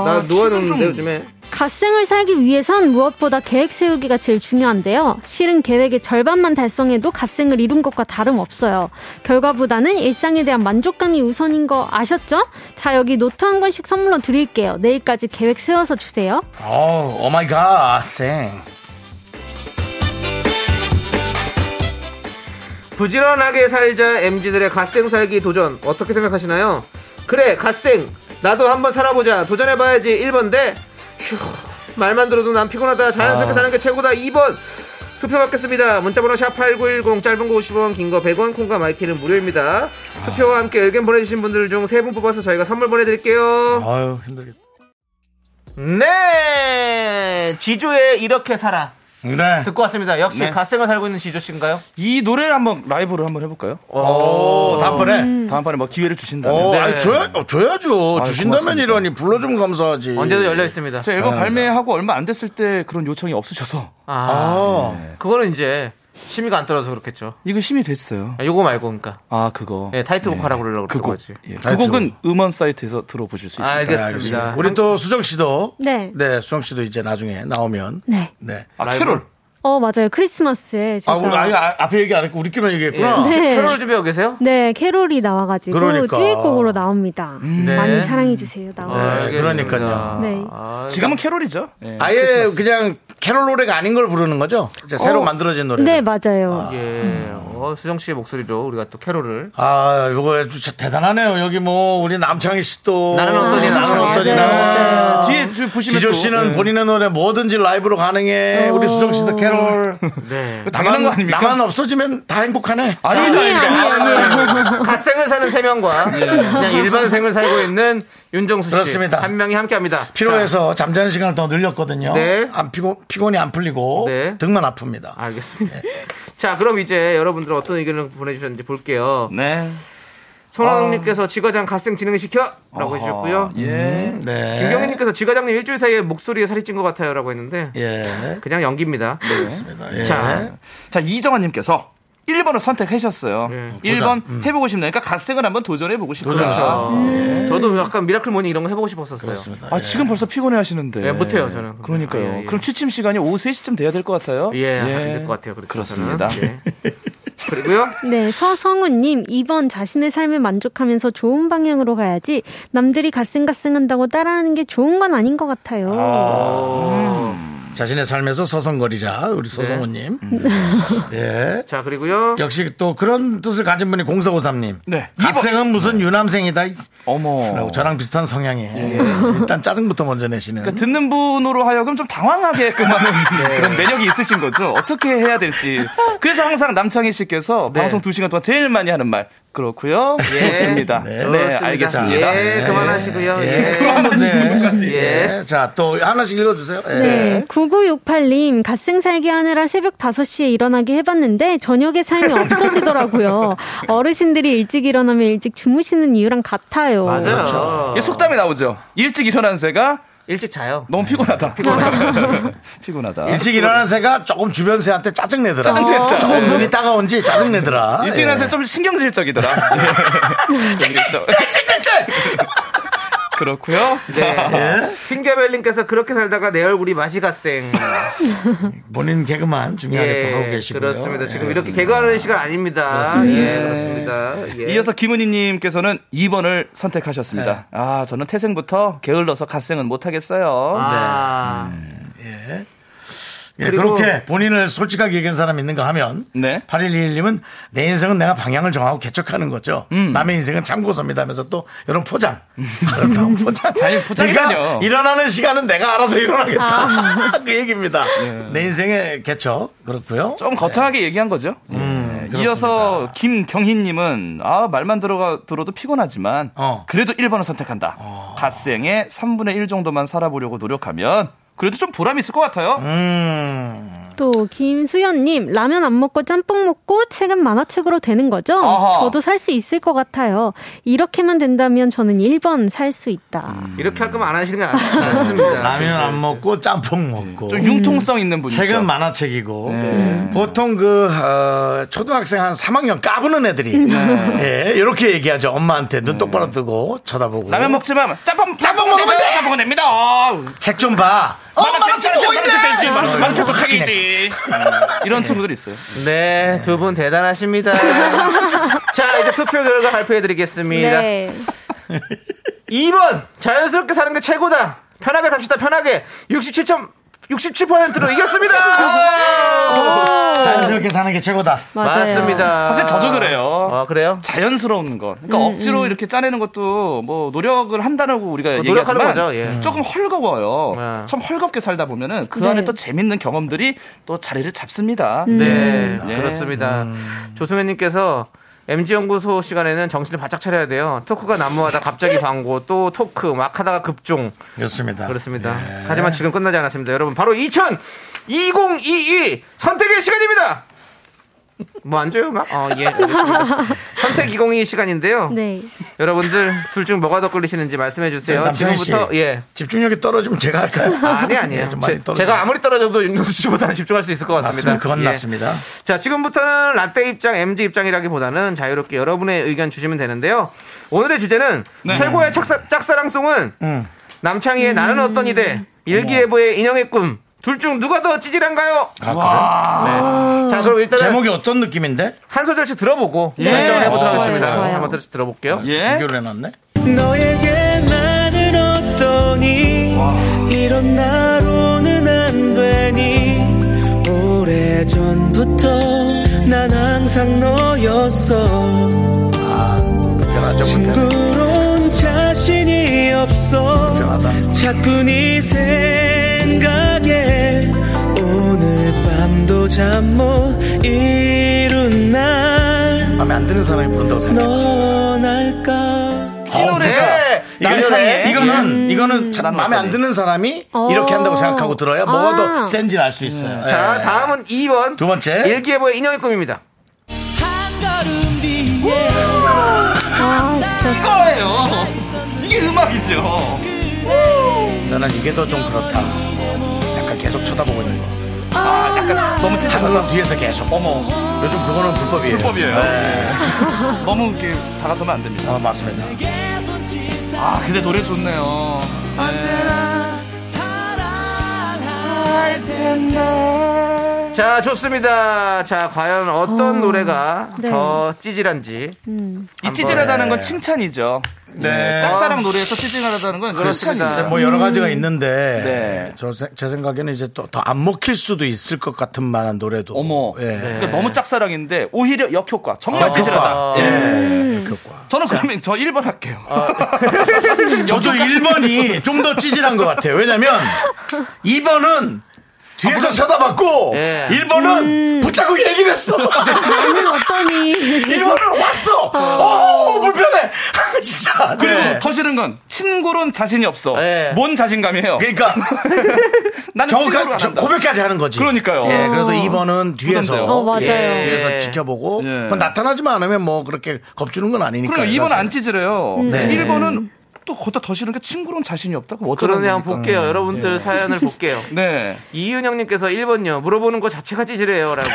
Speaker 4: 나
Speaker 10: 책은 좀-
Speaker 4: 놓아놓는데 요즘에.
Speaker 12: 갓생을 살기 위해선 무엇보다 계획 세우기가 제일 중요한데요. 실은 계획의 절반만 달성해도 갓생을 이룬 것과 다름없어요. 결과보다는 일상에 대한 만족감이 우선인 거 아셨죠? 자, 여기 노트 한 권씩 선물로 드릴게요. 내일까지 계획 세워서 주세요.
Speaker 3: 어우, 오 마이 갓, 생.
Speaker 4: 부지런하게 살자 MZ들의 갓생 살기 도전 어떻게 생각하시나요? 그래 갓생 나도 한번 살아보자 도전해봐야지 1번데 휴 말만 들어도 난 피곤하다 자연스럽게
Speaker 3: 아.
Speaker 4: 사는 게 최고다 2번 투표 받겠습니다 문자번호 샵8910 짧은 거 50원 긴 거 100원 콩과 마이키는 무료입니다 투표와 함께 의견 보내주신 분들 중 3분 뽑아서 저희가 선물 보내드릴게요
Speaker 3: 아유, 힘들겠다.
Speaker 4: 네 지조의 이렇게 살아
Speaker 3: 네.
Speaker 4: 듣고 왔습니다 역시
Speaker 10: 네.
Speaker 4: 갓생을 살고 있는 지조 씨인가요?
Speaker 10: 이 노래를 한번 라이브를 한번 해볼까요?
Speaker 3: 오, 다음번에?
Speaker 10: 다음번에 뭐 기회를 주신다면.
Speaker 3: 오,
Speaker 10: 네.
Speaker 3: 아니, 줘야, 어, 줘야죠.
Speaker 10: 아유,
Speaker 3: 주신다면
Speaker 10: 고맙습니다.
Speaker 3: 이러니 불러주면 감사하지.
Speaker 4: 언제든 열려 있습니다.
Speaker 10: 저 앨범
Speaker 3: 네.
Speaker 10: 발매하고 얼마 안 됐을 때 그런 요청이 없으셔서
Speaker 4: 아,
Speaker 3: 네,
Speaker 4: 그거는 이제 심의가 안 떨어서 그렇겠죠.
Speaker 2: 예.
Speaker 10: 이거 심이 됐어요.
Speaker 4: 아, 요거 말고 그러니까
Speaker 10: 아 그거.
Speaker 4: 예, 타이틀곡 하라고 그러려고 그랬던
Speaker 10: 그거.
Speaker 4: 거지. 아,
Speaker 10: 예, 그 곡은 음원 사이트에서 들어보실 수 있습니다.
Speaker 4: 알겠습니다.
Speaker 3: 우리 또 수정 씨도.
Speaker 12: 네.
Speaker 3: 네, 수정 씨도 이제 나중에 나오면.
Speaker 12: 네.
Speaker 3: 네.
Speaker 10: 아, 캐롤.
Speaker 12: 어, 맞아요. 크리스마스에
Speaker 3: 아,
Speaker 12: 제가
Speaker 3: 우리 아예 아- 앞에 얘기 안 했고 우리끼리만 얘기했구나.
Speaker 12: 네.
Speaker 4: 예. 캐롤 준비하고 계세요?
Speaker 12: 네, 캐롤이 나와가지고
Speaker 3: 그러니까.
Speaker 12: 듀엣곡으로 나옵니다.
Speaker 4: 네.
Speaker 12: 많이 사랑해주세요. 나와.
Speaker 4: 아,
Speaker 3: 네, 그러니까요.
Speaker 12: 네.
Speaker 10: 지금은 캐롤이죠. 예.
Speaker 3: 아예 그냥 캐롤 노래가 아닌 걸 부르는 거죠? 이제 새로
Speaker 12: 어,
Speaker 3: 만들어진 노래.
Speaker 12: 네, 맞아요.
Speaker 4: 예, 어, 수정 씨의 목소리로 우리가 또 캐롤을
Speaker 3: 아, 이거 진짜 대단하네요. 여기 뭐, 우리 남창희 씨도.
Speaker 4: 나는 어떠니, 나는
Speaker 3: 나는
Speaker 4: 어떠니.
Speaker 3: 어떠니나.
Speaker 10: 뒤에 좀 보시면
Speaker 3: 지조
Speaker 10: 또,
Speaker 3: 씨는
Speaker 10: 예.
Speaker 3: 본인의 노래 뭐든지 라이브로
Speaker 4: 어.
Speaker 3: 가능해. 우리 수정 씨도 캐롤.
Speaker 4: 네.
Speaker 10: 당연한 거 아닙니까?
Speaker 3: 나만 없어지면 다 행복하네.
Speaker 10: 아닙니다.
Speaker 4: 갓생을 사는 세 명과 그냥 일반생을 살고 있는 윤정수 씨.
Speaker 3: 그렇습니다.
Speaker 4: 한 명이 함께 합니다.
Speaker 3: 피로해서 잠자는 시간을 더 늘렸거든요.
Speaker 4: 네.
Speaker 3: 안 피고, 피곤이 안 풀리고
Speaker 4: 네.
Speaker 3: 등만 아픕니다.
Speaker 4: 알겠습니다. 자, 그럼 이제 여러분들 어떤 의견을 보내주셨는지 볼게요.
Speaker 10: 네.
Speaker 4: 손원님께서 지과장 갓생 진행시켜라고 해주셨고요. 음.
Speaker 10: 예.
Speaker 3: 네.
Speaker 4: 김경희님께서 지과장님 일주일 사이에 목소리에 살이 찐 것 같아요라고 했는데
Speaker 3: 예.
Speaker 10: 네.
Speaker 4: 그냥 연기입니다.
Speaker 3: 그렇습니다. 예.
Speaker 4: 자,
Speaker 10: 자 이정환님께서 1번을 선택하셨어요.
Speaker 4: 네.
Speaker 10: 1번 해보고 싶다니까 갓생을 한번 도전해보고 싶다.
Speaker 4: 그렇죠.
Speaker 10: 네.
Speaker 4: 예. 저도 약간 미라클 모닝 이런 거 해보고 싶었었어요.
Speaker 3: 예.
Speaker 10: 아, 지금 벌써 피곤해 하시는데.
Speaker 4: 예, 못해요, 저는.
Speaker 10: 그러니까요.
Speaker 4: 아, 예, 예.
Speaker 10: 그럼 취침 시간이 오후 3시쯤 돼야 될 것 같아요.
Speaker 4: 예, 안될것 같아요. 그렇죠,
Speaker 10: 그렇습니다. 아,
Speaker 4: 저는. 예. 그리고요.
Speaker 12: 네, 서성훈님 2번 자신의 삶에 만족하면서 좋은 방향으로 가야지 남들이 가슴가슴한다고 따라하는 게 좋은 건 아닌 것 같아요.
Speaker 4: 어,
Speaker 10: 음.
Speaker 3: 자신의 삶에서 서성거리자
Speaker 4: 네.
Speaker 3: 우리 서성우님.
Speaker 4: 음.
Speaker 3: 예.
Speaker 4: 자 그리고요.
Speaker 3: 역시 또 그런 뜻을 가진 분이 0453님.
Speaker 10: 네.
Speaker 3: 갓생은 무슨 유남생이다.
Speaker 10: 어머.
Speaker 3: 라고 저랑 비슷한 성향이에요.
Speaker 4: 예.
Speaker 3: 일단 짜증부터 먼저 내시는.
Speaker 10: 그러니까 듣는 분으로 하여금 좀 당황하게끔 하는 그런 매력이 있으신 거죠. 어떻게 해야 될지. 그래서 항상 남창희 씨께서
Speaker 4: 네.
Speaker 10: 방송 2시간 동안 제일 많이 하는 말. 그렇고요.
Speaker 4: 예.
Speaker 10: 좋습니다. 네,
Speaker 4: 좋습니다.
Speaker 10: 알겠습니다. 네.
Speaker 4: 예, 그만하시고요. 예.
Speaker 3: 그만하시고까지.
Speaker 4: 예.
Speaker 3: 네. 자, 또 하나씩 읽어주세요. 예.
Speaker 12: 네. 9968님, 갓생 살기 하느라 새벽 5시에 일어나게 해봤는데, 저녁에 삶이 없어지더라고요. 어르신들이 일찍 일어나면 일찍 주무시는 이유랑 같아요.
Speaker 10: 그렇죠. 예, 속담이 나오죠. 일찍 일어난 새가
Speaker 4: 일찍 자요.
Speaker 10: 너무 피곤하다. 네. 피곤하다. 피곤하다. 네.
Speaker 3: 일찍 일어나는 새가 조금 주변 새한테 짜증내더라.
Speaker 10: 짜증냈다.
Speaker 3: 조금
Speaker 4: 네.
Speaker 10: 예.
Speaker 3: 눈이 따가운지 짜증내더라. 예.
Speaker 10: 일찍 일어난 새좀 신경질적이더라. 예. 그렇죠. 그렇고요. 예.
Speaker 4: 네. 핑계벨님께서 그렇게 살다가 내 얼굴이 맛이 갓생.
Speaker 3: 본인 개그만 중요하게
Speaker 4: 예,
Speaker 3: 또 하고 계시고요.
Speaker 4: 그렇습니다. 지금
Speaker 3: 예,
Speaker 4: 이렇게
Speaker 3: 그렇습니다.
Speaker 4: 개그하는 시간 아닙니다.
Speaker 3: 그렇습니다.
Speaker 4: 예, 그렇습니다. 예.
Speaker 10: 이어서 김은희님께서는 2번을 선택하셨습니다. 아, 저는 태생부터 게을러서 갓생은 못하겠어요.
Speaker 4: 아,
Speaker 3: 네. 예,
Speaker 4: 그리고-
Speaker 3: 그렇게 본인을 솔직하게 얘기한 사람이 있는가 하면
Speaker 10: 네.
Speaker 3: 8121님은 내 인생은 내가 방향을 정하고 개척하는 거죠.
Speaker 10: 음.
Speaker 3: 남의 인생은 참고서입니다 하면서 또 이런 포장. 아름다운 포장.
Speaker 10: 아니, 포장이라뇨.
Speaker 3: 그러니까 일어나는 시간은 내가 알아서 일어나겠다. 그 얘기입니다. 내 인생의 개척. 그렇고요.
Speaker 10: 네. 좀 거창하게 얘기한 거죠.
Speaker 3: 음,
Speaker 10: 네. 이어서 김경희님은 아 말만 들어가 들어도 어. 피곤하지만
Speaker 3: 어.
Speaker 10: 그래도 1번을 선택한다. 갓생의 3분의 1 정도만 살아보려고 노력하면 그래도 좀 보람이 있을 것 같아요.
Speaker 3: 음,
Speaker 12: 또, 김수연님, 라면 안 먹고 짬뽕 먹고 책은 만화책으로 되는 거죠?
Speaker 10: 아하.
Speaker 12: 저도 살 수 있을 것 같아요. 이렇게만 된다면 저는 1번 살 수 있다.
Speaker 4: 이렇게 할 거면 안 하시는 게 낫- 낫습니다.
Speaker 3: 라면 안 먹고 짬뽕 먹고.
Speaker 10: 아, 좀 융통성 있는 분이죠. 네. 예.
Speaker 3: 책은 만화책이고 보통 그 어, 초등학생 한 3학년 까부는 애들이
Speaker 10: 네.
Speaker 3: 예, 이렇게 얘기하죠 엄마한테 눈 똑바로 뜨고 쳐다보고
Speaker 10: 라면 먹지만 짬뽕 짬뽕
Speaker 3: 먹으면
Speaker 10: 먹으면
Speaker 3: 돼!
Speaker 10: 짬뽕은 됩니다. 어,
Speaker 3: 네, 책 좀 봐. 어, 만화책 보고
Speaker 10: 되지.
Speaker 3: 있네.
Speaker 10: 만화책 아, 만화책도 책이지. 아, 이런 친구들 있어요.
Speaker 4: 네, 두 분 대단하십니다. 자, 이제 투표 결과 발표해드리겠습니다.
Speaker 12: 네.
Speaker 4: 2번 자연스럽게 사는 게 최고다. 편하게 삽시다. 편하게 67점 67%로 이겼습니다.
Speaker 3: 어. 자연스럽게 사는 게 최고다.
Speaker 12: 맞아요.
Speaker 4: 맞습니다.
Speaker 10: 사실 저도 그래요.
Speaker 4: 아 그래요?
Speaker 10: 자연스러운 것. 그러니까 억지로 이렇게 짜내는 것도 뭐 노력을 한다고 우리가
Speaker 4: 노력하는
Speaker 10: 얘기하지만
Speaker 4: 거죠, 예.
Speaker 10: 조금 헐거워요.
Speaker 4: 네.
Speaker 10: 참 헐겁게 살다 보면은 그
Speaker 12: 네.
Speaker 10: 안에 또 재밌는 경험들이 또 자리를 잡습니다.
Speaker 4: 네,
Speaker 10: 예.
Speaker 4: 그렇습니다. 조수매님께서 MG 연구소 시간에는 정신을 바짝 차려야 돼요. 토크가 난무하다 갑자기 광고, 또 토크 막 하다가 급종.
Speaker 3: 그렇습니다.
Speaker 4: 그렇습니다. 하지만 지금 끝나지 않았습니다. 여러분 바로 2000 2022 선택의 시간입니다. 뭐 안 줘요 막? 어, 예. 알겠습니다. 선택 2022 시간인데요.
Speaker 12: 네.
Speaker 4: 여러분들 둘 중 뭐가 더 끌리시는지 말씀해 주세요.
Speaker 3: 남편이
Speaker 4: 지금부터
Speaker 3: 씨.
Speaker 4: 예.
Speaker 3: 집중력이 떨어지면 제가 할까요?
Speaker 4: 아니 아니에요.
Speaker 3: 예, 좀 많이
Speaker 4: 네. 제-
Speaker 3: 떨어졌어요.
Speaker 4: 제가 아무리 떨어져도 윤정수 씨보다는 집중할 수 있을 것 같습니다.
Speaker 3: 맞습니다. 그건
Speaker 4: 예.
Speaker 3: 맞습니다.
Speaker 4: 자, 지금부터는 라떼 입장, MG 입장이라기보다는 자유롭게 여러분의 의견 주시면 되는데요. 오늘의 주제는 최고의 착사- 짝사랑송은
Speaker 3: 음.
Speaker 4: 남창희의 나는 어떤 이대, 일기예보의 인형의 꿈. 둘 중 누가 더 찌질한가요? 자, 그럼 일단은
Speaker 3: 아, 제목이 예. 어떤 느낌인데?
Speaker 4: 한 소절씩 들어보고 결정을 해보도록
Speaker 12: 좋아요,
Speaker 4: 하겠습니다.
Speaker 12: 좋아요.
Speaker 4: 한번 들씩 들어볼게요.
Speaker 10: 예.
Speaker 3: 비교를 해놨네.
Speaker 15: 너에게 나는 어떠니 이런 나로는 안 되니 오래전부터 난 항상 너였어
Speaker 3: 아, 변하죠.
Speaker 15: 그런 자신이 없어
Speaker 3: 불편하다.
Speaker 15: 자꾸 네 생각에 오늘 밤도 잠 못 이룬 날
Speaker 3: 마음에 안 드는 사람이 부른다고 생각해.
Speaker 15: 떠날까
Speaker 3: 어,
Speaker 4: 네.
Speaker 3: 남창이 이거는 이거는 참
Speaker 10: 나는
Speaker 3: 마음에 안 드는 사람이
Speaker 12: 어.
Speaker 3: 이렇게 한다고 생각하고 들어야 뭐가 더
Speaker 12: 아.
Speaker 3: 센지 알 수 있어요. 예.
Speaker 4: 자, 다음은 2번.
Speaker 3: 두 번째.
Speaker 4: 일기예보의 인형의 꿈입니다.
Speaker 15: 한 걸음 뒤에
Speaker 10: 이거예요. 이게 음악이죠.
Speaker 3: 나는 이게 더 좀 그렇다. 약간 계속 쳐다보고 있는 거.
Speaker 10: 아, 약간 너무
Speaker 3: 하늘로 뒤에서 계속. 어머. 요즘 그거는 불법이에요.
Speaker 16: 불법이에요.
Speaker 3: 네.
Speaker 10: 너무 이렇게 다가서면 안 됩니다.
Speaker 3: 아, 맞습니다.
Speaker 10: 아, 근데 노래 좋네요.
Speaker 4: 자, 좋습니다. 자, 과연 어떤 노래가
Speaker 10: 네.
Speaker 4: 더 찌질한지.
Speaker 12: 음.
Speaker 10: 이 찌질하다는 건 칭찬이죠.
Speaker 3: 네.
Speaker 10: 예, 짝사랑 노래에서 찌질하다는 네. 건
Speaker 3: 그렇습니다.
Speaker 10: 칭찬이죠.
Speaker 3: 뭐 여러 가지가 있는데 저, 세- 제 생각에는 이제 또 더 안 먹힐 수도 있을 것 같은 만한 노래도 어머
Speaker 10: 그러니까 너무 짝사랑인데 오히려 역효과. 정말
Speaker 3: 예. 아,
Speaker 10: 찌질하다.
Speaker 3: 효과.
Speaker 10: 예.
Speaker 3: 예,
Speaker 10: 저는 그러면 저 1번 할게요.
Speaker 3: 저도 1번이 좀 더 찌질한 것 같아요. 왜냐면 2번은 뒤에서 쳐다봤고
Speaker 10: 네.
Speaker 17: 예.
Speaker 3: 1번은
Speaker 10: 음.
Speaker 3: 붙잡고 얘기를 했어.
Speaker 12: 나는 어떠니?
Speaker 3: 1번은 왔어. 어, 불편해. 진짜.
Speaker 10: 그리고
Speaker 3: 네.
Speaker 10: 더 싫은 건 친구론 자신이 없어. 뭔 자신감이에요.
Speaker 3: 그러니까
Speaker 10: 나는 친구로
Speaker 3: 정확한
Speaker 10: 안
Speaker 3: 저-
Speaker 10: 한다.
Speaker 3: 고백까지 하는 거지.
Speaker 10: 그러니까요.
Speaker 3: 예, 그래도 2번은 뒤에서
Speaker 10: 부담돼요. 어, 맞아요.
Speaker 3: 예, 뒤에서
Speaker 10: 예.
Speaker 3: 지켜보고 뭐 나타나지만 않으면 뭐 그렇게 겁주는 건 아니니까.
Speaker 10: 그러니까 2번은 안 찌질해요.
Speaker 3: 음. 네.
Speaker 10: 1번은 또 거기다 더 싫은 게 친구론 자신이 없다고 어쩌라는
Speaker 4: 그러네, 한번
Speaker 10: 겁니까?
Speaker 3: 음,
Speaker 4: 볼게요. 여러분들
Speaker 3: 예.
Speaker 4: 사연을 볼게요.
Speaker 10: 네.
Speaker 4: 이은영님께서 1번요. 물어보는 거 자체가 찌질해요. 라고.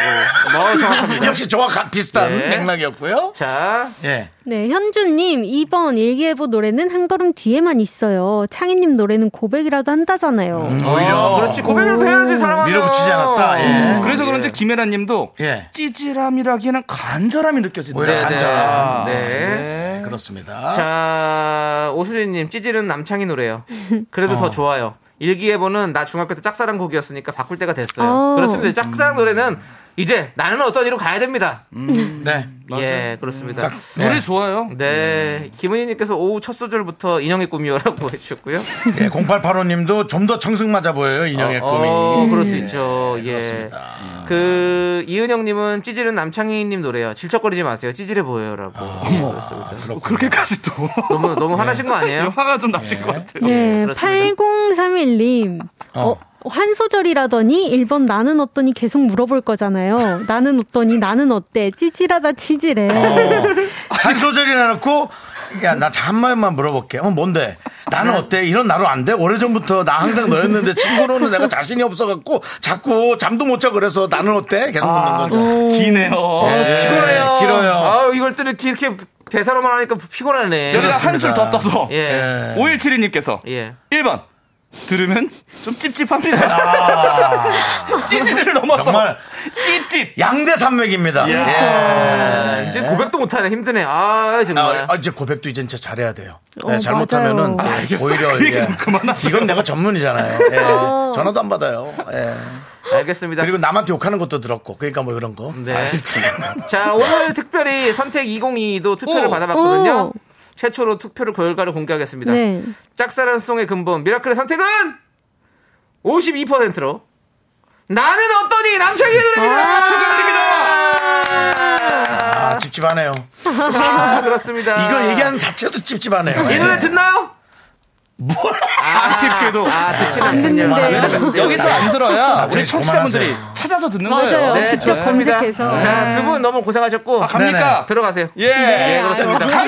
Speaker 4: 뭐 정확합니다.
Speaker 3: 역시 정확한 비슷한
Speaker 10: 예.
Speaker 3: 맥락이었고요.
Speaker 4: 자.
Speaker 3: 예.
Speaker 12: 네, 현주님 2번 일기예보 노래는 한 걸음 뒤에만 있어요. 창희님 노래는 고백이라도 한다잖아요.
Speaker 10: 어,
Speaker 3: 오히려.
Speaker 4: 그렇지. 고백이라도 해야지, 사랑하면.
Speaker 3: 어,
Speaker 4: 음,
Speaker 3: 밀어붙이지 않았다. 예.
Speaker 10: 그래서 그런지 김혜란 님도
Speaker 3: 예.
Speaker 10: 찌질함이라기에는 간절함이 느껴진다.
Speaker 3: 오히려 예. 간절함.
Speaker 10: 네.
Speaker 4: 네.
Speaker 3: 그렇습니다.
Speaker 4: 자, 오수진님, 찌질은 남창희 노래요. 그래도
Speaker 3: 어.
Speaker 4: 더 좋아요. 일기예보는 나 중학교 때 짝사랑 곡이었으니까 바꿀 때가 됐어요.
Speaker 10: 어.
Speaker 4: 그렇습니다.
Speaker 3: 음.
Speaker 4: 짝사랑 노래는 이제 나는 어떤 이로 가야 됩니다.
Speaker 3: 네.
Speaker 4: 예, 그렇습니다.
Speaker 10: 음. 노래 좋아요.
Speaker 3: 음.
Speaker 4: 네. 김은희님께서 오후 첫 소절부터 인형의 꿈이요라고 해주셨고요.
Speaker 3: 예, 0885님도 좀 더 청승 맞아 보여요 인형의
Speaker 4: 어,
Speaker 3: 꿈이.
Speaker 4: 어, 그럴 수
Speaker 3: 예.
Speaker 4: 있죠. 예. 그 이은영님은 찌질은 남창희님 노래요. 질척거리지 마세요. 찌질해 보여요라고.
Speaker 3: 아,
Speaker 4: 예,
Speaker 3: 뭐
Speaker 10: 뭐 그렇게까지 또
Speaker 4: 너무
Speaker 3: 네.
Speaker 4: 너무 화나신 거 아니에요?
Speaker 10: 화가 좀 나신 것 같아요.
Speaker 12: 네, 8031님.
Speaker 4: 아.
Speaker 12: 어. 한 소절이라더니 1번 나는 어떠니 계속 물어볼 거잖아요. 나는 어떠니 나는 어때? 찌질하다 찌질해.
Speaker 3: 한 소절이나 놓고 야 나 잠만만 물어볼게. 어 뭔데?
Speaker 4: 네.
Speaker 3: 나는 어때? 이런 나로 안 돼? 오래전부터 나 항상 너였는데 친구로는 내가 자신이 없어갖고 자꾸 잠도 못 자 그래서 나는 어때? 계속 묻는 거죠.
Speaker 10: 기네요.
Speaker 4: 피곤해요.
Speaker 3: 길어요.
Speaker 4: 아 이걸 또 이렇게, 이렇게 대사로만 하니까 피곤하네.
Speaker 10: 여기다 네. 한술 더 떠서
Speaker 3: 네.
Speaker 4: 예.
Speaker 10: 5172님께서
Speaker 4: 예.
Speaker 10: 1번 들으면 좀 찝찝합니다.
Speaker 3: 아.
Speaker 10: 찌질을 넘어서
Speaker 3: 정말
Speaker 10: 찝찝
Speaker 3: 양대 산맥입니다.
Speaker 4: 예.
Speaker 3: 예.
Speaker 4: 이제 고백도 못하네. 힘드네. 아 정말.
Speaker 3: 아, 아, 이제 고백도 이제 진짜 잘해야 돼요.
Speaker 4: 어,
Speaker 3: 네, 잘못하면은
Speaker 4: 맞아요. 아, 알겠어.
Speaker 3: 오히려
Speaker 4: 그 얘기
Speaker 3: 이게-
Speaker 4: 좀
Speaker 3: 이건 내가 전문이잖아요. 예.
Speaker 4: 어. 네.
Speaker 3: 전화도 안 받아요. 예.
Speaker 4: 알겠습니다.
Speaker 3: 그리고 남한테 욕하는 것도 들었고, 그러니까 뭐 이런 거.
Speaker 4: 네. 자 오늘 특별히 선택 2022도 투표를
Speaker 3: 오.
Speaker 4: 받아봤거든요.
Speaker 12: 오.
Speaker 4: 최초로 투표를 결과를 공개하겠습니다.
Speaker 12: 네.
Speaker 4: 짝사랑송의 근본 미라클의 선택은 52%로 나는 어떠니 남창희 노래입니다. 축하드립니다.
Speaker 3: 아, 찝찝하네요.
Speaker 4: 아, 그렇습니다.
Speaker 3: 이거 얘기하는 자체도 찝찝하네요.
Speaker 4: 이 노래
Speaker 3: 예.
Speaker 4: 듣나요?
Speaker 10: 아쉽게도
Speaker 4: 아, 듣진
Speaker 10: 안
Speaker 4: 않군요.
Speaker 3: 아,
Speaker 10: 듣는데 여기서 안 들어야
Speaker 4: 나중에
Speaker 10: 우리 청취자분들이
Speaker 4: 그만하세요.
Speaker 10: 찾아서 듣는
Speaker 4: 맞아요.
Speaker 10: 거예요.
Speaker 4: 네, 직접 좋습니다. 검색해서. 자, 두분 너무 고생하셨고
Speaker 10: 아, 갑니까?
Speaker 4: 들어가세요.
Speaker 10: 예,
Speaker 4: 네,
Speaker 3: 아,
Speaker 4: 그렇습니다.
Speaker 10: 갑니다.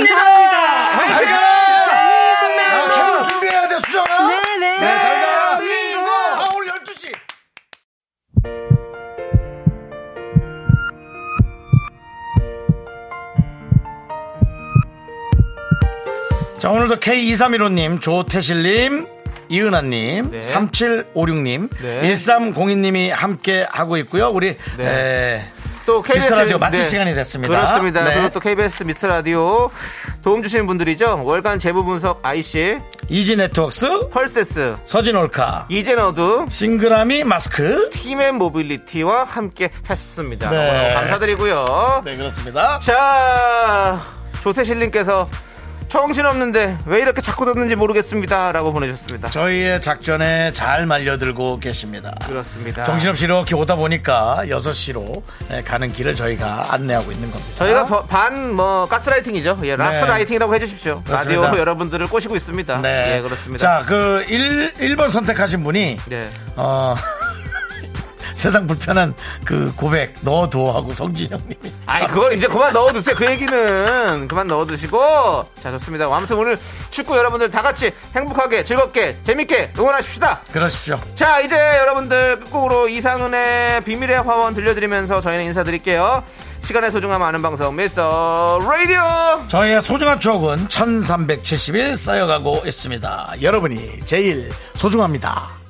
Speaker 4: 화이팅!
Speaker 3: 잘가! 아, 캠 준비해야 돼, 수정아!
Speaker 12: 네네.
Speaker 3: 네, 잘가!
Speaker 4: 대한민국!
Speaker 3: 아, 오늘 12시! 자, 오늘도 K2315님, 조태실님, 이은아님, 3756님,
Speaker 4: 네.
Speaker 3: 1302님이 함께 하고 있고요. 우리 에,
Speaker 4: 또 KBS 네.
Speaker 3: 미스터 라디오 마칠 시간이 됐습니다.
Speaker 4: 그렇습니다.
Speaker 3: 네.
Speaker 4: 그리고 또 KBS 미스터 라디오 도움 주시는 분들이죠. 월간 재무 분석 IC,
Speaker 3: 이지 네트웍스,
Speaker 4: 펄세스,
Speaker 3: 서진 올카,
Speaker 4: 이젠어두,
Speaker 3: 싱그라미 마스크,
Speaker 4: 팀앤 모빌리티와 함께 했습니다.
Speaker 3: 네.
Speaker 4: 오늘 감사드리고요.
Speaker 3: 네, 그렇습니다.
Speaker 4: 자, 조태실님께서 정신없는데 왜 이렇게 자꾸 듣는지 모르겠습니다. 라고 보내주셨습니다.
Speaker 3: 저희의 작전에 잘 말려들고 계십니다.
Speaker 4: 그렇습니다.
Speaker 3: 아. 정신없이 이렇게 오다 보니까 6시로 예, 가는 길을 저희가 안내하고 있는 겁니다.
Speaker 4: 저희가 버- 반, 뭐, 가스라이팅이죠. 예, 라스라이팅이라고 해주십시오.
Speaker 3: 네. 그렇습니다.
Speaker 4: 라디오로 여러분들을 꼬시고 있습니다. 네.
Speaker 3: 네.
Speaker 4: 예, 그렇습니다.
Speaker 3: 자, 그 1, 일번 선택하신 분이
Speaker 4: 네.
Speaker 3: 어, 세상 불편한 그 고백 넣어둬 하고 성진 형님이.
Speaker 4: 아니 그걸 이제 그만 넣어두세요. 그 얘기는 그만 넣어두시고 자 좋습니다. 아무튼 오늘 축구 여러분들 다 같이 행복하게 즐겁게 재밌게 응원하십시다.
Speaker 3: 그러십시오.
Speaker 4: 자 이제 여러분들 끝곡으로 이상은의 비밀의 화원 들려드리면서 저희는 인사드릴게요. 시간의 소중함 아는 방송 미스터 라디오.
Speaker 3: 저희의 소중한 추억은 1371 쌓여가고 있습니다. 여러분이 제일 소중합니다.